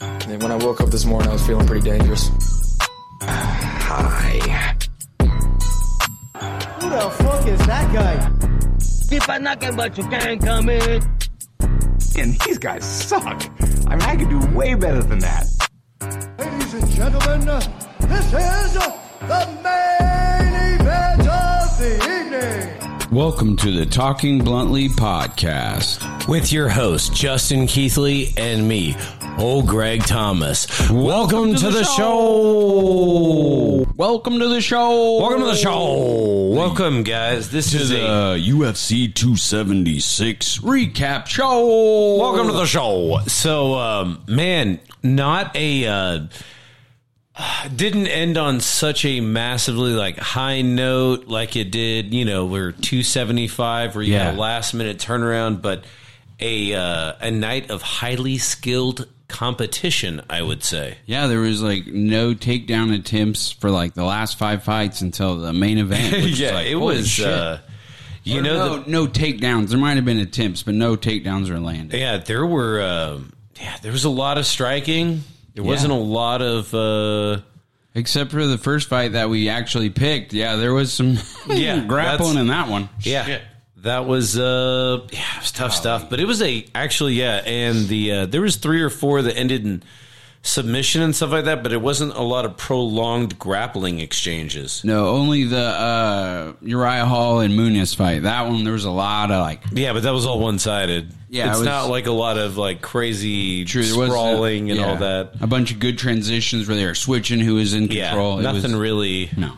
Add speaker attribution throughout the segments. Speaker 1: And when I woke up this morning, I was feeling pretty dangerous.
Speaker 2: Hi.
Speaker 3: Who the fuck is that guy?
Speaker 4: Keep on knocking, but you can't come in.
Speaker 2: And these guys suck. I mean, I could do way better than that.
Speaker 3: Ladies and gentlemen, this is the main event of the evening.
Speaker 5: Welcome to the Talking Bluntly podcast.
Speaker 6: with your host Justin Keithley and me, old Greg Thomas. Welcome, to, the, show.
Speaker 5: Welcome to the show.
Speaker 6: Welcome to the show. Welcome, guys. This
Speaker 5: To
Speaker 6: is
Speaker 5: the
Speaker 6: a
Speaker 5: UFC 276 recap show.
Speaker 6: welcome to the show. So, um, man, not a. Uh, didn't end on such a massively like high note like it did, you know, we're 275 where you
Speaker 5: Yeah.
Speaker 6: had a last minute turnaround, but a uh, a night of highly skilled competition, I would say.
Speaker 5: Yeah, there was like no takedown attempts for like the last five fights until the main event. which is,
Speaker 6: yeah,
Speaker 5: like,
Speaker 6: it
Speaker 5: holy
Speaker 6: was.
Speaker 5: shit.
Speaker 6: Uh, you
Speaker 5: Or
Speaker 6: know,
Speaker 5: no,
Speaker 6: the-
Speaker 5: no takedowns. There might have been attempts, but no takedowns were landed.
Speaker 6: yeah, there were. Um, yeah, there was a lot of striking. There wasn't a lot of. Uh,
Speaker 5: Except for the first fight that we actually picked. Yeah, there was some
Speaker 6: Yeah,
Speaker 5: grappling
Speaker 6: that's-
Speaker 5: in that one.
Speaker 6: yeah,
Speaker 5: Shit.
Speaker 6: that was. Uh, yeah, it was tough stuff. But it was a actually yeah, and the uh, there was three or four that ended in submission and stuff like that. But it wasn't a lot of prolonged grappling exchanges.
Speaker 5: No, only the uh, Uriah Hall and Muniz fight. That one, there was a lot of like
Speaker 6: Yeah, but that was all one sided.
Speaker 5: Yeah, it
Speaker 6: it's
Speaker 5: was-
Speaker 6: not like a lot of like crazy
Speaker 5: True, there was
Speaker 6: sprawling
Speaker 5: a-
Speaker 6: and all
Speaker 5: yeah.
Speaker 6: that.
Speaker 5: A bunch of good transitions where they were switching who was in
Speaker 6: Yeah,
Speaker 5: control. It was-
Speaker 6: nothing really.
Speaker 5: No,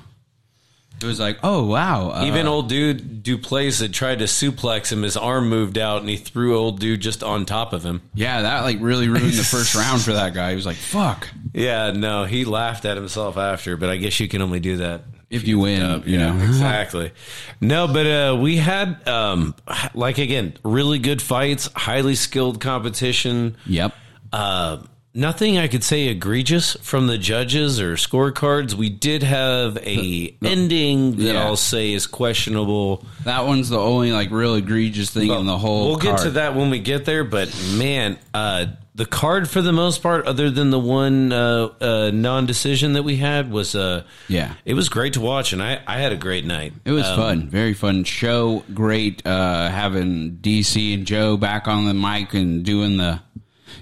Speaker 5: it was like, oh wow, uh,
Speaker 6: Even old dude Duplace had tried to suplex him. His arm moved out, and he threw old dude just on top of him.
Speaker 5: yeah, that like really ruined the first round for that guy. He was like, fuck,
Speaker 6: Yeah, no, he laughed at himself after. But I guess you can only do that.
Speaker 5: if you win, you know.
Speaker 6: exactly. No, but uh, we had um, like again, really good fights, highly skilled competition.
Speaker 5: Yep.
Speaker 6: Uh, nothing I could say egregious from the judges or scorecards. We did have a ending that
Speaker 5: yeah.
Speaker 6: I'll say is questionable.
Speaker 5: That one's the only like real egregious thing in the whole.
Speaker 6: We'll get to
Speaker 5: card.
Speaker 6: that when we get there, but man, uh, the card for the most part, other than the one uh, uh, non-decision that we had, was uh,
Speaker 5: Yeah.
Speaker 6: it was great to watch, and I, I had a great night.
Speaker 5: It was fun, very fun show. Great uh, having DC and Joe back on the mic and doing the,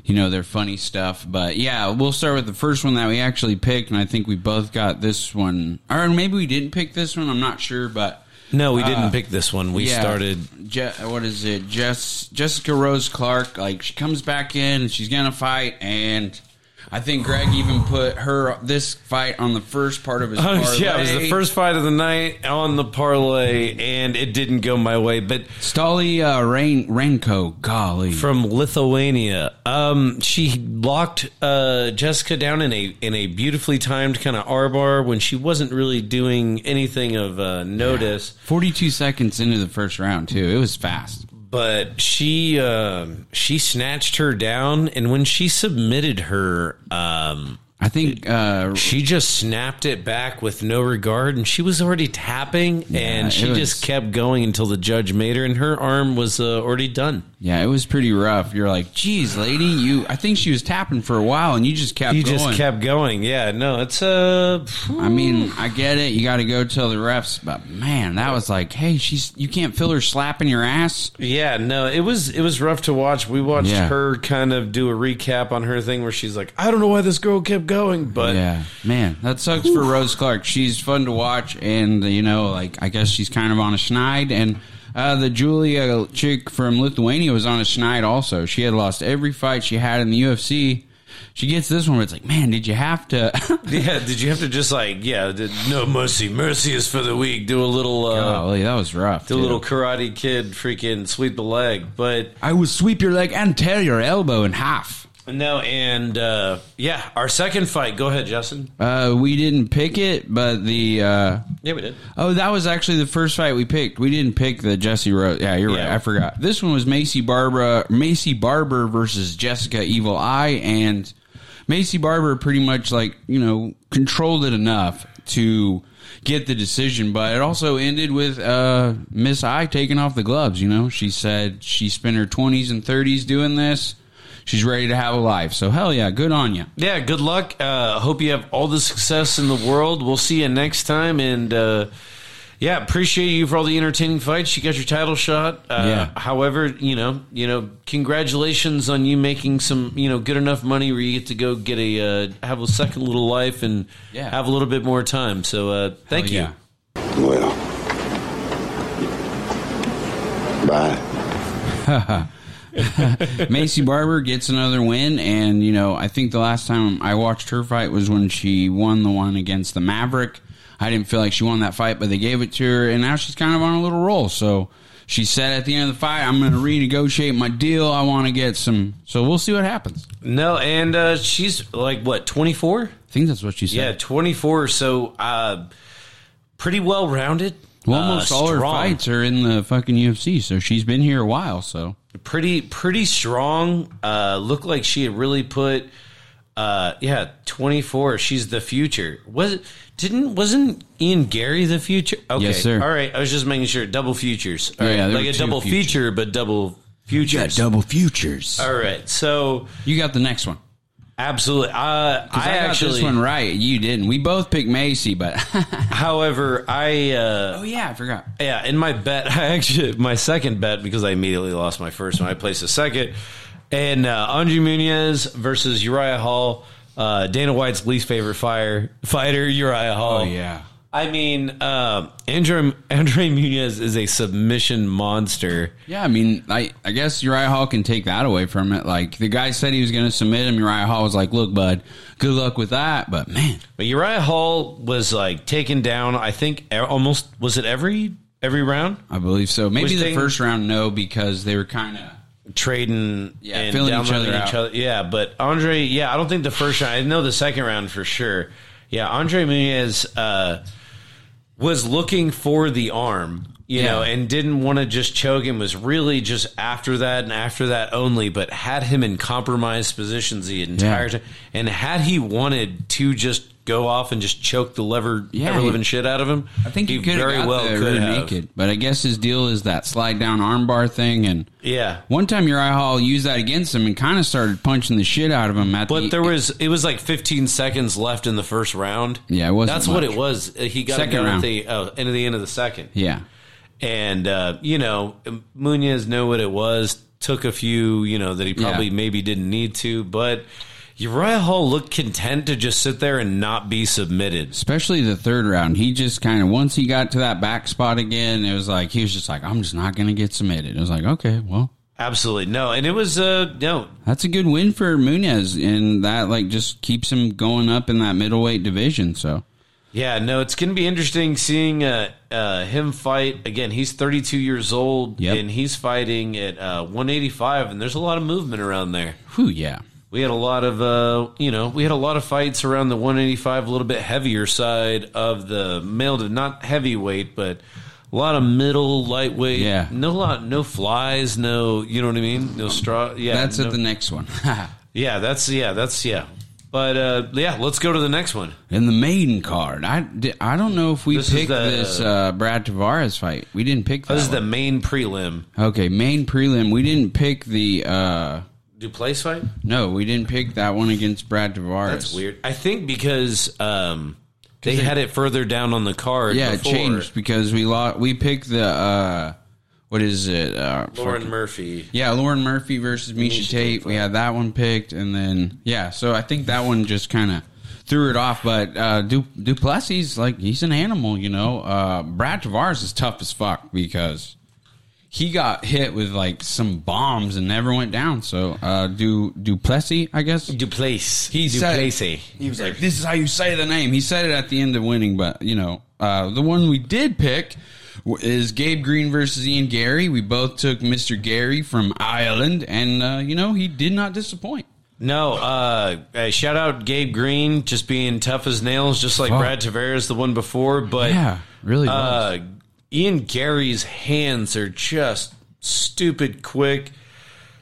Speaker 5: you know, their funny stuff. But yeah, we'll start with the first one that we actually picked, and I think we both got this one, or maybe we didn't pick this one. I'm not sure, but
Speaker 6: No, we didn't pick this one. We
Speaker 5: yeah,
Speaker 6: started.
Speaker 5: Je- what is it? Jess Jessica Rose Clark. Like she comes back in, and she's gonna fight, and I think Greg even put her this fight on the first part of his.
Speaker 6: Oh, yeah, it was the
Speaker 5: parlay.
Speaker 6: first fight of the night on the parlay, and it didn't go my way. But
Speaker 5: Stolly uh, Rain Renko. Golly.
Speaker 6: from Lithuania. Um, she locked uh, Jessica down in a in a beautifully timed kind of R bar when she wasn't really doing anything of uh, notice.
Speaker 5: 42 seconds into the first round too. It was fast.
Speaker 6: But she um, she snatched her down, and when she submitted her, um,
Speaker 5: I think uh
Speaker 6: she just snapped it back with no regard, and she was already tapping, and she
Speaker 5: it was-
Speaker 6: just kept going until the judge made her, and her arm was uh, already done.
Speaker 5: yeah, it was pretty rough. You're like, "Geez, lady, you I think she was tapping for a while and you just kept
Speaker 6: He
Speaker 5: going."
Speaker 6: just kept going. Yeah, no, it's uh,
Speaker 5: I mean, I get it. You got to go tell the refs, but man, that was like, "Hey, she's you can't feel her slapping your ass."
Speaker 6: Yeah, no, it was it was rough to watch. We watched
Speaker 5: Yeah.
Speaker 6: her kind of do a recap on her thing where she's like, "I don't know why this girl kept going," but
Speaker 5: yeah, man, that sucks for Rose Clark. She's fun to watch, and you know, like I guess she's kind of on a schneid. And uh, the Julia chick from Lithuania was on a schneid also. She had lost every fight she had in the UFC. She gets this one, but it's like, man, did you have to?
Speaker 6: yeah, did you have to just like, yeah, did, no mercy, mercy is for the weak. Do a little, uh,
Speaker 5: Golly, that was rough.
Speaker 6: do a
Speaker 5: Oh, dude.
Speaker 6: little Karate Kid, freaking sweep the leg, but
Speaker 5: I would sweep your leg and tear your elbow in half.
Speaker 6: no, and uh, yeah, our second fight. Go ahead, Justin.
Speaker 5: Uh, we didn't pick it, but the uh,
Speaker 6: Yeah, we did.
Speaker 5: Oh, that was actually the first fight we picked. We didn't pick the Jesse Rose. Yeah, you're right.
Speaker 6: Yeah.
Speaker 5: I forgot. This one was Macy Barbara Macy Barber versus Jessica Evil Eye, and Macy Barber pretty much like you know controlled it enough to get the decision, but it also ended with uh, Miss Eye taking off the gloves. You know, she said she spent her twenties and thirties doing this. She's ready to have a life. So hell yeah, good on you.
Speaker 6: Yeah, good luck. Uh, hope you have all the success in the world. We'll see you next time. And uh, yeah, appreciate you for all the entertaining fights. You got your title shot. Uh,
Speaker 5: Yeah.
Speaker 6: However, you know, you know, congratulations on you making some, you know, good enough money where you get to go get a uh, have a second little life and
Speaker 5: Yeah.
Speaker 6: have a little bit more time. So uh, thank you.
Speaker 5: Yeah.
Speaker 7: Well, bye.
Speaker 5: Macy Barber gets another win, and you know I think the last time I watched her fight was when she won the one against the Maverick. I didn't feel like she won that fight, but they gave it to her, and now she's kind of on a little roll. So she said at the end of the fight, "I'm going to renegotiate my deal. I want to get some." So we'll see what happens.
Speaker 6: No, and uh, she's like what twenty four.
Speaker 5: I think that's what she said.
Speaker 6: Yeah, 24. So, uh, pretty Uh, well rounded.
Speaker 5: Well, almost all her fights are in the fucking UFC, so she's been here a while. So
Speaker 6: Pretty, pretty strong. Uh, looked like she had really put. Uh, yeah, 24. She's the future. Was it? Didn't wasn't Ian Gary the future? Okay,
Speaker 5: Yes, sir.
Speaker 6: All right, I was just making sure. Double futures. All
Speaker 5: Yeah,
Speaker 6: right,
Speaker 5: there were
Speaker 6: like a
Speaker 5: two
Speaker 6: double
Speaker 5: futures.
Speaker 6: feature, but double futures.
Speaker 5: futures.
Speaker 6: All right, so
Speaker 5: Uh, You got the next one.
Speaker 6: absolutely. Uh, I,
Speaker 5: 'Cause I, got
Speaker 6: actually,
Speaker 5: this one right. You didn't. We both picked Macy, but
Speaker 6: however, I uh,
Speaker 5: oh yeah, I forgot.
Speaker 6: Yeah, in my bet, I actually my second bet because I immediately lost my first one. I placed a second, and uh, Andre Muniz versus Uriah Hall. Uh, Dana White's least favorite fire fighter, Uriah Hall.
Speaker 5: Oh yeah.
Speaker 6: I mean, uh, Andre Andre Muniz is a submission monster.
Speaker 5: Yeah, I mean, I, I guess Uriah Hall can take that away from it. Like the guy said he was going to submit him. Uriah Hall was like, "Look, bud, good luck with that." But man,
Speaker 6: But Uriah Hall was like taken down. I think e- almost was it every every round
Speaker 5: I believe so. Maybe
Speaker 6: Which
Speaker 5: the
Speaker 6: thing-
Speaker 5: first round, no, because they were kind of
Speaker 6: trading
Speaker 5: Yeah, filling each
Speaker 6: downloading
Speaker 5: other out.
Speaker 6: Yeah, but Andre, yeah, I don't think the first round. I know the second round for sure. Yeah, Andre Muniz uh, was looking for the arm, you
Speaker 5: Yeah.
Speaker 6: know, and didn't want to just choke him. Was really just after that and after that only, but had him in compromised positions the entire
Speaker 5: Yeah.
Speaker 6: time. And had he wanted to just go off and just choke the lever,
Speaker 5: Yeah,
Speaker 6: ever
Speaker 5: he-
Speaker 6: living shit out of him,
Speaker 5: I think he, could very well the rear naked, but I guess his deal is that slide down armbar thing. And
Speaker 6: Yeah,
Speaker 5: one time Uriah Hall used that against him and kind of started punching the shit out of him. At the,
Speaker 6: But there was it was like 15 seconds left in the first round.
Speaker 5: Yeah, it wasn't
Speaker 6: That's what
Speaker 5: much.
Speaker 6: it was. Uh, He got
Speaker 5: Second
Speaker 6: second
Speaker 5: round.
Speaker 6: at the oh, end of the end of the second,
Speaker 5: yeah,
Speaker 6: and uh, you know Munoz knew what it was. Took a few, you know, that he probably
Speaker 5: Yeah.
Speaker 6: maybe didn't need to, but Uriah Hall looked content to just sit there and not be submitted.
Speaker 5: especially the third round. He just kind of once he got to that back spot again, it was like he was just like, "I'm just not going to get submitted." I was like, "Okay, well."
Speaker 6: Absolutely no, and it was uh no
Speaker 5: That's a good win for Munez, and that like just keeps him going up in that middleweight division. So
Speaker 6: Yeah, no, it's going to be interesting seeing uh, uh, him fight again. He's 32 years old,
Speaker 5: Yep.
Speaker 6: and he's fighting at uh, 185, and there's a lot of movement around there.
Speaker 5: whew, yeah.
Speaker 6: We had a lot of, uh, you know, we had a lot of fights around the 185, a little bit heavier side of the male, to not heavyweight, but a lot of middle lightweight.
Speaker 5: Yeah.
Speaker 6: no lot, no flies, no, you know what I mean, no straw. Yeah,
Speaker 5: That's
Speaker 6: no,
Speaker 5: at the next one.
Speaker 6: yeah, that's yeah, that's yeah. But uh, yeah, let's go to the next one.
Speaker 5: in the main card. I, di- I don't know if we
Speaker 6: This is
Speaker 5: picked
Speaker 6: the-
Speaker 5: this uh, Brad Tavares fight. We didn't pick that.
Speaker 6: This is the
Speaker 5: one.
Speaker 6: main prelim.
Speaker 5: okay, main prelim. We didn't pick the uh
Speaker 6: Duplace fight.
Speaker 5: no, we didn't pick that one against Brad Tavares.
Speaker 6: That's weird. I think because um, they had it further down on the card.
Speaker 5: Yeah,
Speaker 6: before.
Speaker 5: it changed because we lost, we picked the uh what is it? Uh
Speaker 6: Lauren Murphy.
Speaker 5: Yeah, Lauren Murphy versus Misha, Tate. We had that one picked, and then yeah, so I think that one just kind of threw it off. But uh, du- Duplessis, like he's an animal, you know. Uh, Brad Tavares is tough as fuck because he got hit with like some bombs and never went down. So uh, Du Duplessis, I guess.
Speaker 6: Duplace.
Speaker 5: He said-
Speaker 6: eh?
Speaker 5: He was like, "This is how you say the name." He said it at the end of winning, but you know, uh, the one we did pick w- is Gabe Green versus Ian Gary. We both took Mister Gary from Ireland, and uh, you know, he did not disappoint.
Speaker 6: No, uh, uh, shout out Gabe Green, just being tough as nails, just like
Speaker 5: Fuck.
Speaker 6: Brad Tavares the one before. But
Speaker 5: Yeah, really
Speaker 6: uh,
Speaker 5: was.
Speaker 6: Ian Gary's hands are just stupid quick.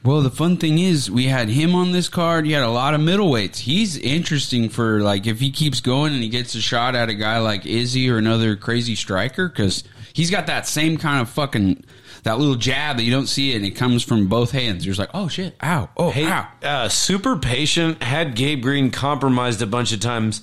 Speaker 5: Well, the fun thing is, we had him on this card. You had a lot of middleweights. He's interesting for like if he keeps going and he gets a shot at a guy like Izzy or another crazy striker because he's got that same kind of fucking that little jab that you don't see it, and it comes from both hands. You're just like, oh shit, ow, oh
Speaker 6: Hey,
Speaker 5: ow.
Speaker 6: uh, super patient had Gabe Green compromised a bunch of times,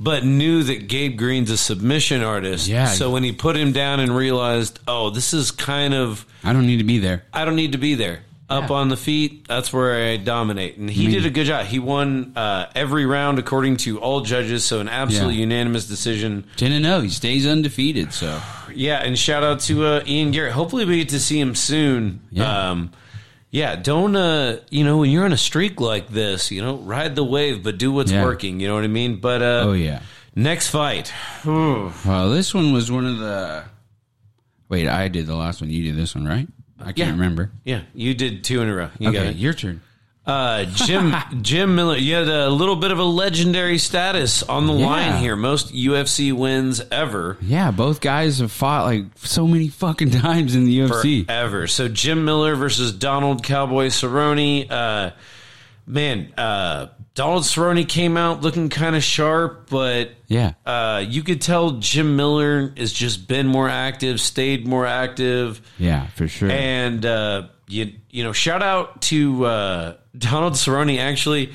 Speaker 6: but knew that Gabe Green's a submission artist.
Speaker 5: Yeah.
Speaker 6: So when he put him down and realized, oh, this is kind of
Speaker 5: I don't need to be there.
Speaker 6: I don't need to be there. Up on the feet, that's where I dominate. And he did a good job. He won uh, every round according to all judges, so an absolute
Speaker 5: Yeah.
Speaker 6: unanimous decision.
Speaker 5: Ten and zero, he stays undefeated. So
Speaker 6: Yeah, and shout out to uh, Ian Garrett. Hopefully, we get to see him soon.
Speaker 5: Yeah.
Speaker 6: Um, yeah, don't uh, you know when you're on a streak like this, you know, ride the wave, but do what's
Speaker 5: Yeah.
Speaker 6: working. You know what I mean? But uh,
Speaker 5: oh yeah.
Speaker 6: next fight,
Speaker 5: Well, this one was one of the. Wait, I did the last one. You did this one, right? I can't
Speaker 6: Yeah.
Speaker 5: remember.
Speaker 6: yeah, you did two in a row. You got
Speaker 5: okay,
Speaker 6: it.
Speaker 5: your turn.
Speaker 6: Uh, Jim Jim Miller, you had a little bit of a legendary status on the
Speaker 5: Yeah.
Speaker 6: line here. Most UFC wins ever.
Speaker 5: Yeah, both guys have fought like so many fucking times in the UFC.
Speaker 6: forever. So Jim Miller versus Donald Cowboy Cerrone. Uh, man, uh, Donald Cerrone came out looking kind of sharp, but
Speaker 5: yeah,
Speaker 6: uh, you could tell Jim Miller has just been more active, stayed more active,
Speaker 5: yeah, for sure.
Speaker 6: and uh, you you know, shout out to uh, Donald Cerrone. Actually,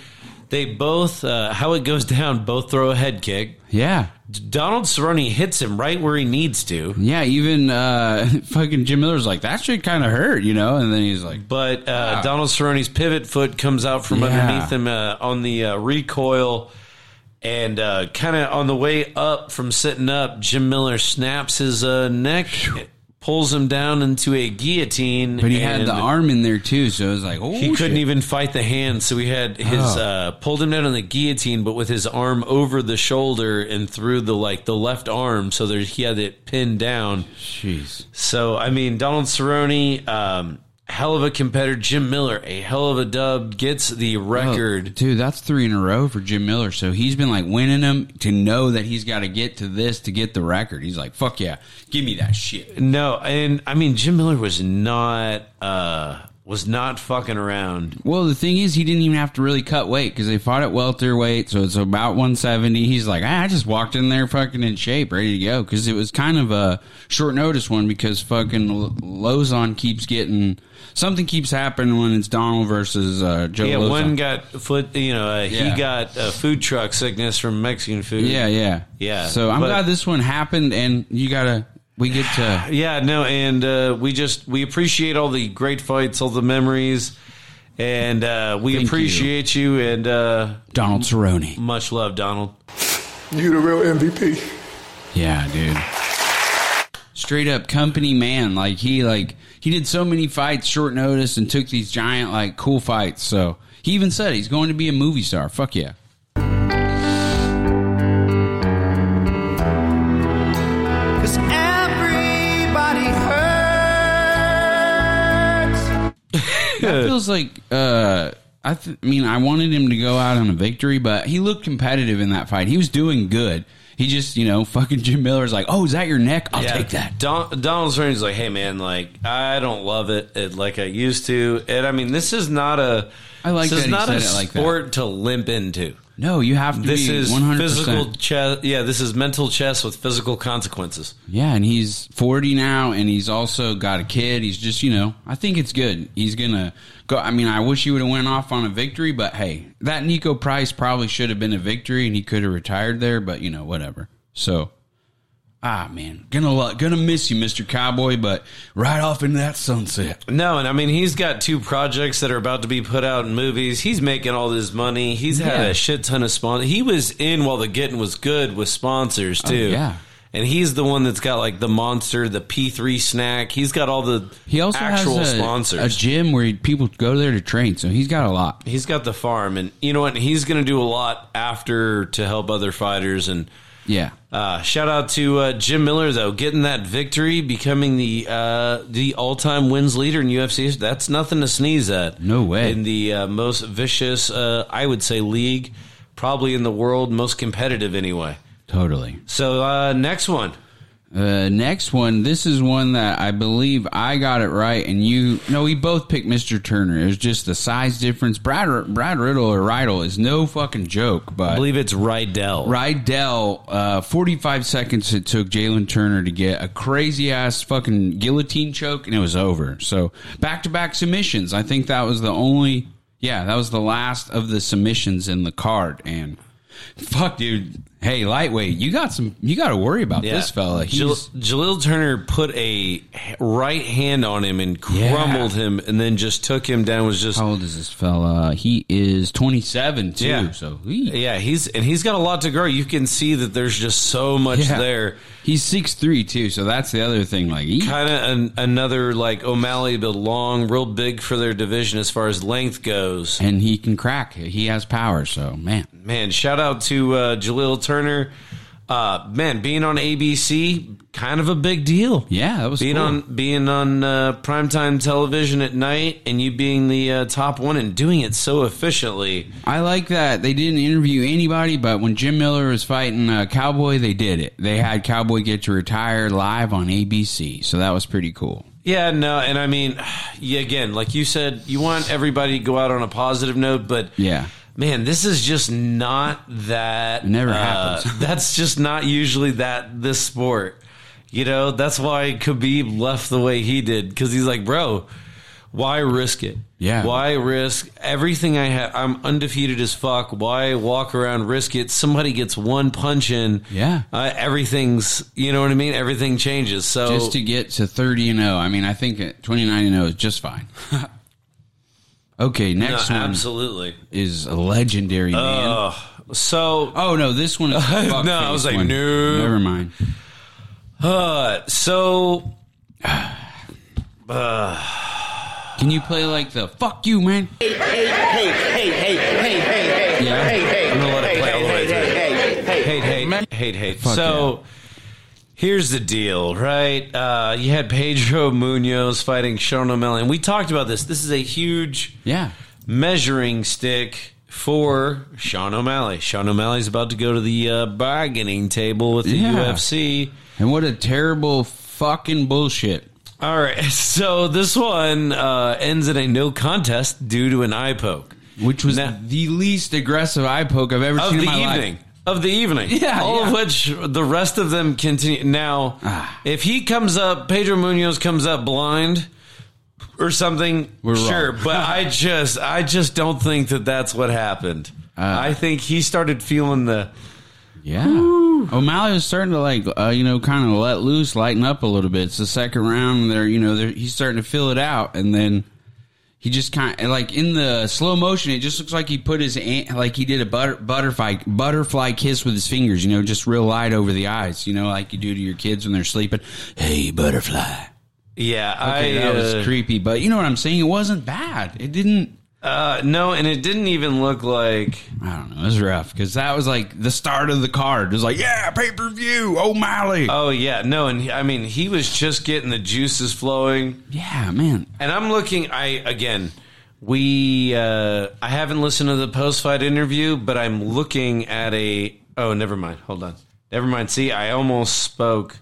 Speaker 6: they both uh, how it goes down. Both throw a head kick.
Speaker 5: yeah,
Speaker 6: Donald Cerrone hits him right where he needs to.
Speaker 5: yeah. Even uh, fucking Jim Miller's like that shit kind of hurt, you know. And then he's like,
Speaker 6: But uh, Donald Cerrone's pivot foot comes out from
Speaker 5: Yeah.
Speaker 6: underneath him uh, on the uh, recoil, and uh, kind of on the way up from sitting up, Jim Miller snaps his uh, neck, pulls him down into a guillotine.
Speaker 5: but he had the
Speaker 6: and
Speaker 5: arm in there too, so it was like, oh,
Speaker 6: He couldn't
Speaker 5: shit.
Speaker 6: even fight the hand, so he had his
Speaker 5: Oh.
Speaker 6: uh, pulled him down on the guillotine, but with his arm over the shoulder and through the like the left arm, so there he had it pinned down.
Speaker 5: Jeez,
Speaker 6: So I mean, Donald Cerrone, um, hell of a competitor. Jim Miller, a hell of a dub, gets the
Speaker 5: Oh,
Speaker 6: record.
Speaker 5: dude. That's three in a row for Jim Miller. So he's been like winning them to know that he's got to get to this to get the record. He's like, fuck yeah, give me that shit.
Speaker 6: No, and I mean Jim Miller was not uh, was not fucking around.
Speaker 5: Well, the thing is, he didn't even have to really cut weight because they fought at welterweight, so it's about 170. He's like, ah, I just walked in there fucking in shape, ready to go, because it was kind of a short notice one because fucking L- Lozon keeps getting something keeps happening when it's Donald versus uh, Joe.
Speaker 6: Yeah,
Speaker 5: Lozon.
Speaker 6: one got foot. You know, uh,
Speaker 5: Yeah.
Speaker 6: he got uh, food truck sickness from Mexican food.
Speaker 5: Yeah, yeah,
Speaker 6: Yeah,
Speaker 5: So I'm
Speaker 6: but-
Speaker 5: glad this one happened, and you gotta we get to
Speaker 6: yeah, no, and uh, we just we appreciate all the great fights, all the memories, and uh, we
Speaker 5: Thank you.
Speaker 6: appreciate you. and uh,
Speaker 5: Donald Cerrone.
Speaker 6: much love, Donald.
Speaker 7: You the real MVP.
Speaker 5: Yeah, dude. Straight up company man. Like he like he did so many fights short notice and took these giant like cool fights. So he even said he's going to be a movie star. Fuck yeah.
Speaker 3: Cause everybody hurts.
Speaker 5: That feels like uh I, th- I mean I wanted him to go out on a victory, but he looked competitive in that fight. He was doing good. He just, you know, fucking Jim Miller's like, "Oh, is that your neck? I'll take that."
Speaker 6: Don, Donald Cerrone's like, hey man, like I don't love it, it like I used to, and I mean this is not a
Speaker 5: I like that
Speaker 6: this is
Speaker 5: he
Speaker 6: not a
Speaker 5: said it like that.
Speaker 6: sport to limp into.
Speaker 5: No, you have to
Speaker 6: This
Speaker 5: be
Speaker 6: is
Speaker 5: 100%.
Speaker 6: physical chess. Yeah, this is mental chess with physical consequences.
Speaker 5: Yeah, and he's 40 now, and he's also got a kid. He's just, you know, I think it's good. He's gonna go. I mean, I wish he would have went off on a victory, but hey, that Nico Price probably should have been a victory, and he could have retired there. But you know, whatever. So, ah, man, gonna lo- gonna miss you, Mister Cowboy, but right off into that sunset.
Speaker 6: No, and I mean he's got two projects that are about to be put out in movies. He's making all this money. He's had
Speaker 5: Yeah.
Speaker 6: a shit ton of sponsors. He was in while the getting was good with sponsors too.
Speaker 5: Oh, yeah.
Speaker 6: And he's the one that's got like the monster, the P three snack. He's got all the
Speaker 5: He also
Speaker 6: actual
Speaker 5: has a,
Speaker 6: sponsors.
Speaker 5: a gym where people go there to train, so he's got a lot.
Speaker 6: he's got the farm, and you know what? He's going to do a lot after to help other fighters. And
Speaker 5: Yeah,
Speaker 6: uh, shout out to uh, Jim Miller though, getting that victory, becoming the uh, the all time wins leader in UFC. That's nothing to sneeze at.
Speaker 5: No way.
Speaker 6: In the uh, most vicious, uh, I would say, league probably in the world, most competitive anyway.
Speaker 5: totally.
Speaker 6: So uh, next one.
Speaker 5: The next one, this is one that I believe I got it right, and you. No, we both picked Mr. Turner. It was just the size difference. Brad Brad Riddle or Riddle is no fucking joke,
Speaker 6: I
Speaker 5: but
Speaker 6: believe it's Rydell.
Speaker 5: Rydell, uh, 45 seconds it took Jalen Turner to get a crazy ass fucking guillotine choke, and it was over. So back to back submissions. I think that was the only, yeah, that was the last of the submissions in the card. And fuck, dude. Hey, lightweight, you got some, you got to worry about
Speaker 6: Yeah.
Speaker 5: this fella. He's,
Speaker 6: Jal- Jalil Turner put a right hand on him and crumbled him, and then just took him down. Was just
Speaker 5: how old is this fella? He is 27, too.
Speaker 6: Yeah.
Speaker 5: So he,
Speaker 6: yeah, he's and he's got a lot to grow. You can see that there's just so much
Speaker 5: Yeah.
Speaker 6: there.
Speaker 5: he's 6'3, too. So that's the other thing. Like, he,
Speaker 6: Kind of an, another like O'Malley, but long, real big for their division as far as length goes.
Speaker 5: and he can crack. He has power. So, man.
Speaker 6: Man, shout out to uh, Jalil Turner. Uh, man, being on ABC, kind of a big deal.
Speaker 5: Yeah, that was
Speaker 6: being
Speaker 5: cool.
Speaker 6: on being on uh, primetime television at night and you being the uh, top one and doing it so efficiently.
Speaker 5: I like that they didn't interview anybody, but when Jim Miller was fighting uh, Cowboy, they did it. They had Cowboy get to retire live on ABC, so that was pretty cool.
Speaker 6: Yeah, no, and I mean, yeah, again, like you said, you want everybody to go out on a positive note, but
Speaker 5: Yeah.
Speaker 6: man, this is just not that. uh,
Speaker 5: It never happens.
Speaker 6: that's just not usually that this sport. You know, that's why Khabib left the way he did because he's like, bro, why risk it?
Speaker 5: Yeah.
Speaker 6: Why risk everything I have? I'm undefeated as fuck. Why walk around risk it? Somebody gets one punch in.
Speaker 5: Yeah.
Speaker 6: Uh, everything's, you know what I mean? Everything changes. So uh,
Speaker 5: Just to get to thirty and zero, I mean, I think at twenty nine and zero is just fine. okay,
Speaker 6: No, Oh,
Speaker 5: next one
Speaker 6: absolutely.
Speaker 5: is a legendary man.
Speaker 6: Ugh. so
Speaker 5: Oh no, this one is the
Speaker 6: No, I
Speaker 5: fuckface
Speaker 6: was like,
Speaker 5: one.
Speaker 6: no.
Speaker 5: never mind.
Speaker 6: uh, so
Speaker 5: Can you play like the fuck you man? Yeah.
Speaker 6: I'm gonna let it play all the way through. Hate, hate, hate, hate.
Speaker 5: Fuck
Speaker 6: So here's the deal, right? Uh, you had Pedro Munoz fighting Sean O'Malley, and we talked about this. This is a huge
Speaker 5: Yeah,
Speaker 6: measuring stick for Sean O'Malley. Sean O'Malley's about to go to the uh, bargaining table with the
Speaker 5: Yeah.
Speaker 6: UFC.
Speaker 5: and what a terrible fucking bullshit.
Speaker 6: All right, so this one uh, ends in a no contest due to an eye poke.
Speaker 5: Which was
Speaker 6: Now-
Speaker 5: the least aggressive eye poke I've ever
Speaker 6: of
Speaker 5: seen
Speaker 6: the
Speaker 5: in my
Speaker 6: evening.
Speaker 5: life.
Speaker 6: Of the evening,
Speaker 5: Yeah,
Speaker 6: all
Speaker 5: yeah.
Speaker 6: of which the rest of them continue. Now,
Speaker 5: Ah.
Speaker 6: if he comes up, Pedro Munoz comes up blind or something.
Speaker 5: We're wrong.
Speaker 6: sure, but I just, I just don't think that that's what happened.
Speaker 5: Ah.
Speaker 6: I think he started feeling the.
Speaker 5: Yeah. O'Malley was starting to like, uh, you know, kind of let loose, lighten up a little bit. It's the second round. and They're, you know, they're, he's starting to fill it out, and then he just kind of like in the slow motion. It just looks like he put his an- like he did a butter, butterfly butterfly kiss with his fingers. You know, just real light over the eyes. You know, like you do to your kids when they're sleeping. Hey, butterfly.
Speaker 6: Yeah,
Speaker 5: Okay,
Speaker 6: I
Speaker 5: that
Speaker 6: uh,
Speaker 5: was creepy, but you know what I'm saying. It wasn't bad. It didn't.
Speaker 6: uh, no, and it didn't even look like.
Speaker 5: I don't know. It was rough because that was like the start of the card. It was like, yeah, pay per view, O'Malley.
Speaker 6: Oh yeah, no, and he, I mean he was just getting the juices flowing.
Speaker 5: yeah, man.
Speaker 6: And I'm looking. I again, we. Uh, I haven't listened to the post fight interview, but I'm looking at a. Oh, never mind. Hold on. Never mind. See, I almost spoke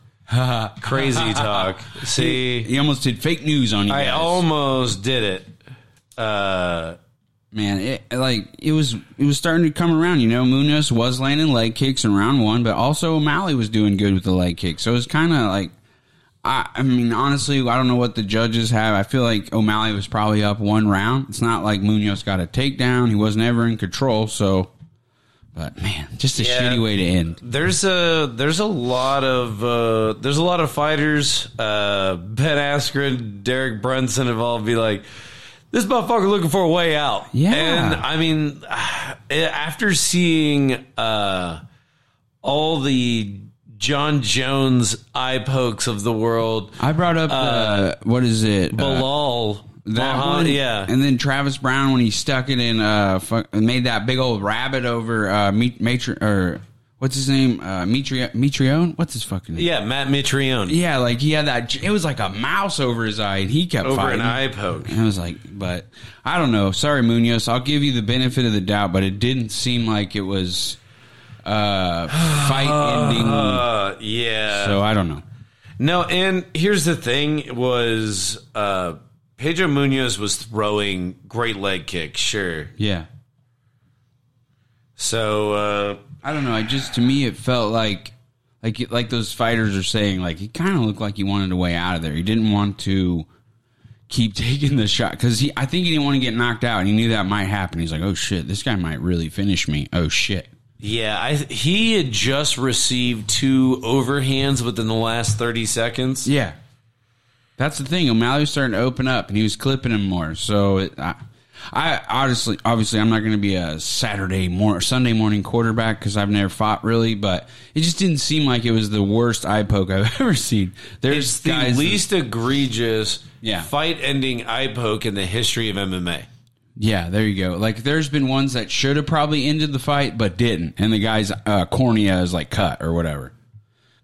Speaker 6: crazy talk. See,
Speaker 5: He Uh, almost did fake news on you
Speaker 6: I
Speaker 5: guys.
Speaker 6: almost did it. Uh,
Speaker 5: man, it, like it was, it was starting to come around. You know, Munoz was landing leg kicks in round one, but also O'Malley was doing good with the leg kick. So it was kind of like, I, I mean, honestly, I don't know what the judges have. I feel like O'Malley was probably up one round. It's not like Munoz got a takedown. He wasn't ever in control. So, but man, just a
Speaker 6: Yeah.
Speaker 5: shitty way to end.
Speaker 6: there's a there's a lot of uh, there's a lot of fighters. Uh, ben Askren, Derek Brunson have all be like, this motherfucker looking for a way out.
Speaker 5: Yeah.
Speaker 6: and I mean, eh, after seeing uh, all the John Jones eye pokes of the world,
Speaker 5: I brought up uh, what is it? Uh,
Speaker 6: Bilal,
Speaker 5: that
Speaker 6: Muhammad-
Speaker 5: one,
Speaker 6: yeah,
Speaker 5: And then Travis Brown when he stuck it in, uh, fuck, made that big old rabbit over uh, Mit- Matri- or what's his name, uh, Mitri- Mitrione? What's his fucking name?
Speaker 6: yeah, Matt Mitrione
Speaker 5: yeah, like he had that. It was like a mouse over his eye, and he kept
Speaker 6: over
Speaker 5: fighting.
Speaker 6: an eye poke.
Speaker 5: And I was like, but I don't know. Sorry, Munoz. I'll give you the benefit of the doubt, but it didn't seem like it was uh, fight ending.
Speaker 6: Uh, yeah.
Speaker 5: So I don't know.
Speaker 6: No, and here's the thing: was uh, Pedro Munoz was throwing great leg kicks, sure.
Speaker 5: Yeah.
Speaker 6: So uh,
Speaker 5: I don't know. I just to me it felt like like like those fighters are saying like he kind of looked like he wanted a way out of there. He didn't want to keep taking the shot because he I think he didn't want to get knocked out. and He knew that might happen. He's like, oh shit, this guy might really finish me. Oh shit.
Speaker 6: yeah, I, he had just received two overhands within the last thirty seconds.
Speaker 5: Yeah, that's the thing. O'Malley was starting to open up, and he was clipping him more. So it, I, I honestly, obviously, I'm not going to be a Saturday morning, Sunday morning quarterback because I've never fought really. But it just didn't seem like it was the worst eye poke I've ever seen. There's
Speaker 6: It's the
Speaker 5: guys that-
Speaker 6: least egregious
Speaker 5: Yeah.
Speaker 6: fight-ending eye poke in the history of MMA.
Speaker 5: yeah, there you go. Like there's been ones that should have probably ended the fight but didn't, and the guy's uh, cornea is like cut or whatever.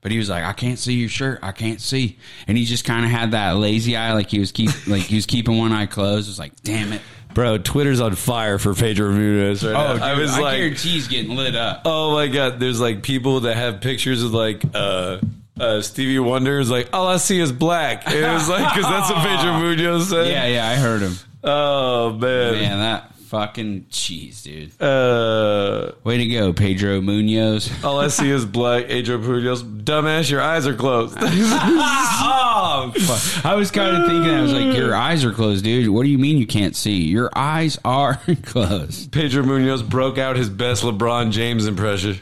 Speaker 5: But he was like, I can't see your shirt. I can't see. And he just kind of had that lazy eye, like he was keep, like he was keeping one eye closed. It was like, damn it.
Speaker 6: Bro, Twitter's on fire for Pedro Munoz right
Speaker 5: Oh,
Speaker 6: now.
Speaker 5: dude,
Speaker 6: I was like,
Speaker 5: guarantee he's getting lit up.
Speaker 6: oh my god, there's like people that have pictures of like uh, uh, Stevie Wonder is like, all I see is black. And it was like because that's what Pedro Munoz said.
Speaker 5: Yeah, yeah, I heard him.
Speaker 6: Oh man.
Speaker 5: Man, that fucking cheese, dude.
Speaker 6: Uh,
Speaker 5: Way to go, Pedro Munoz.
Speaker 6: all I see is black. Pedro Munoz, dumbass, your eyes are closed.
Speaker 5: oh, fuck. I was kind of thinking, I was like, your eyes are closed, dude. What do you mean you can't see? Your eyes are closed.
Speaker 6: Pedro Munoz broke out his best LeBron James impression.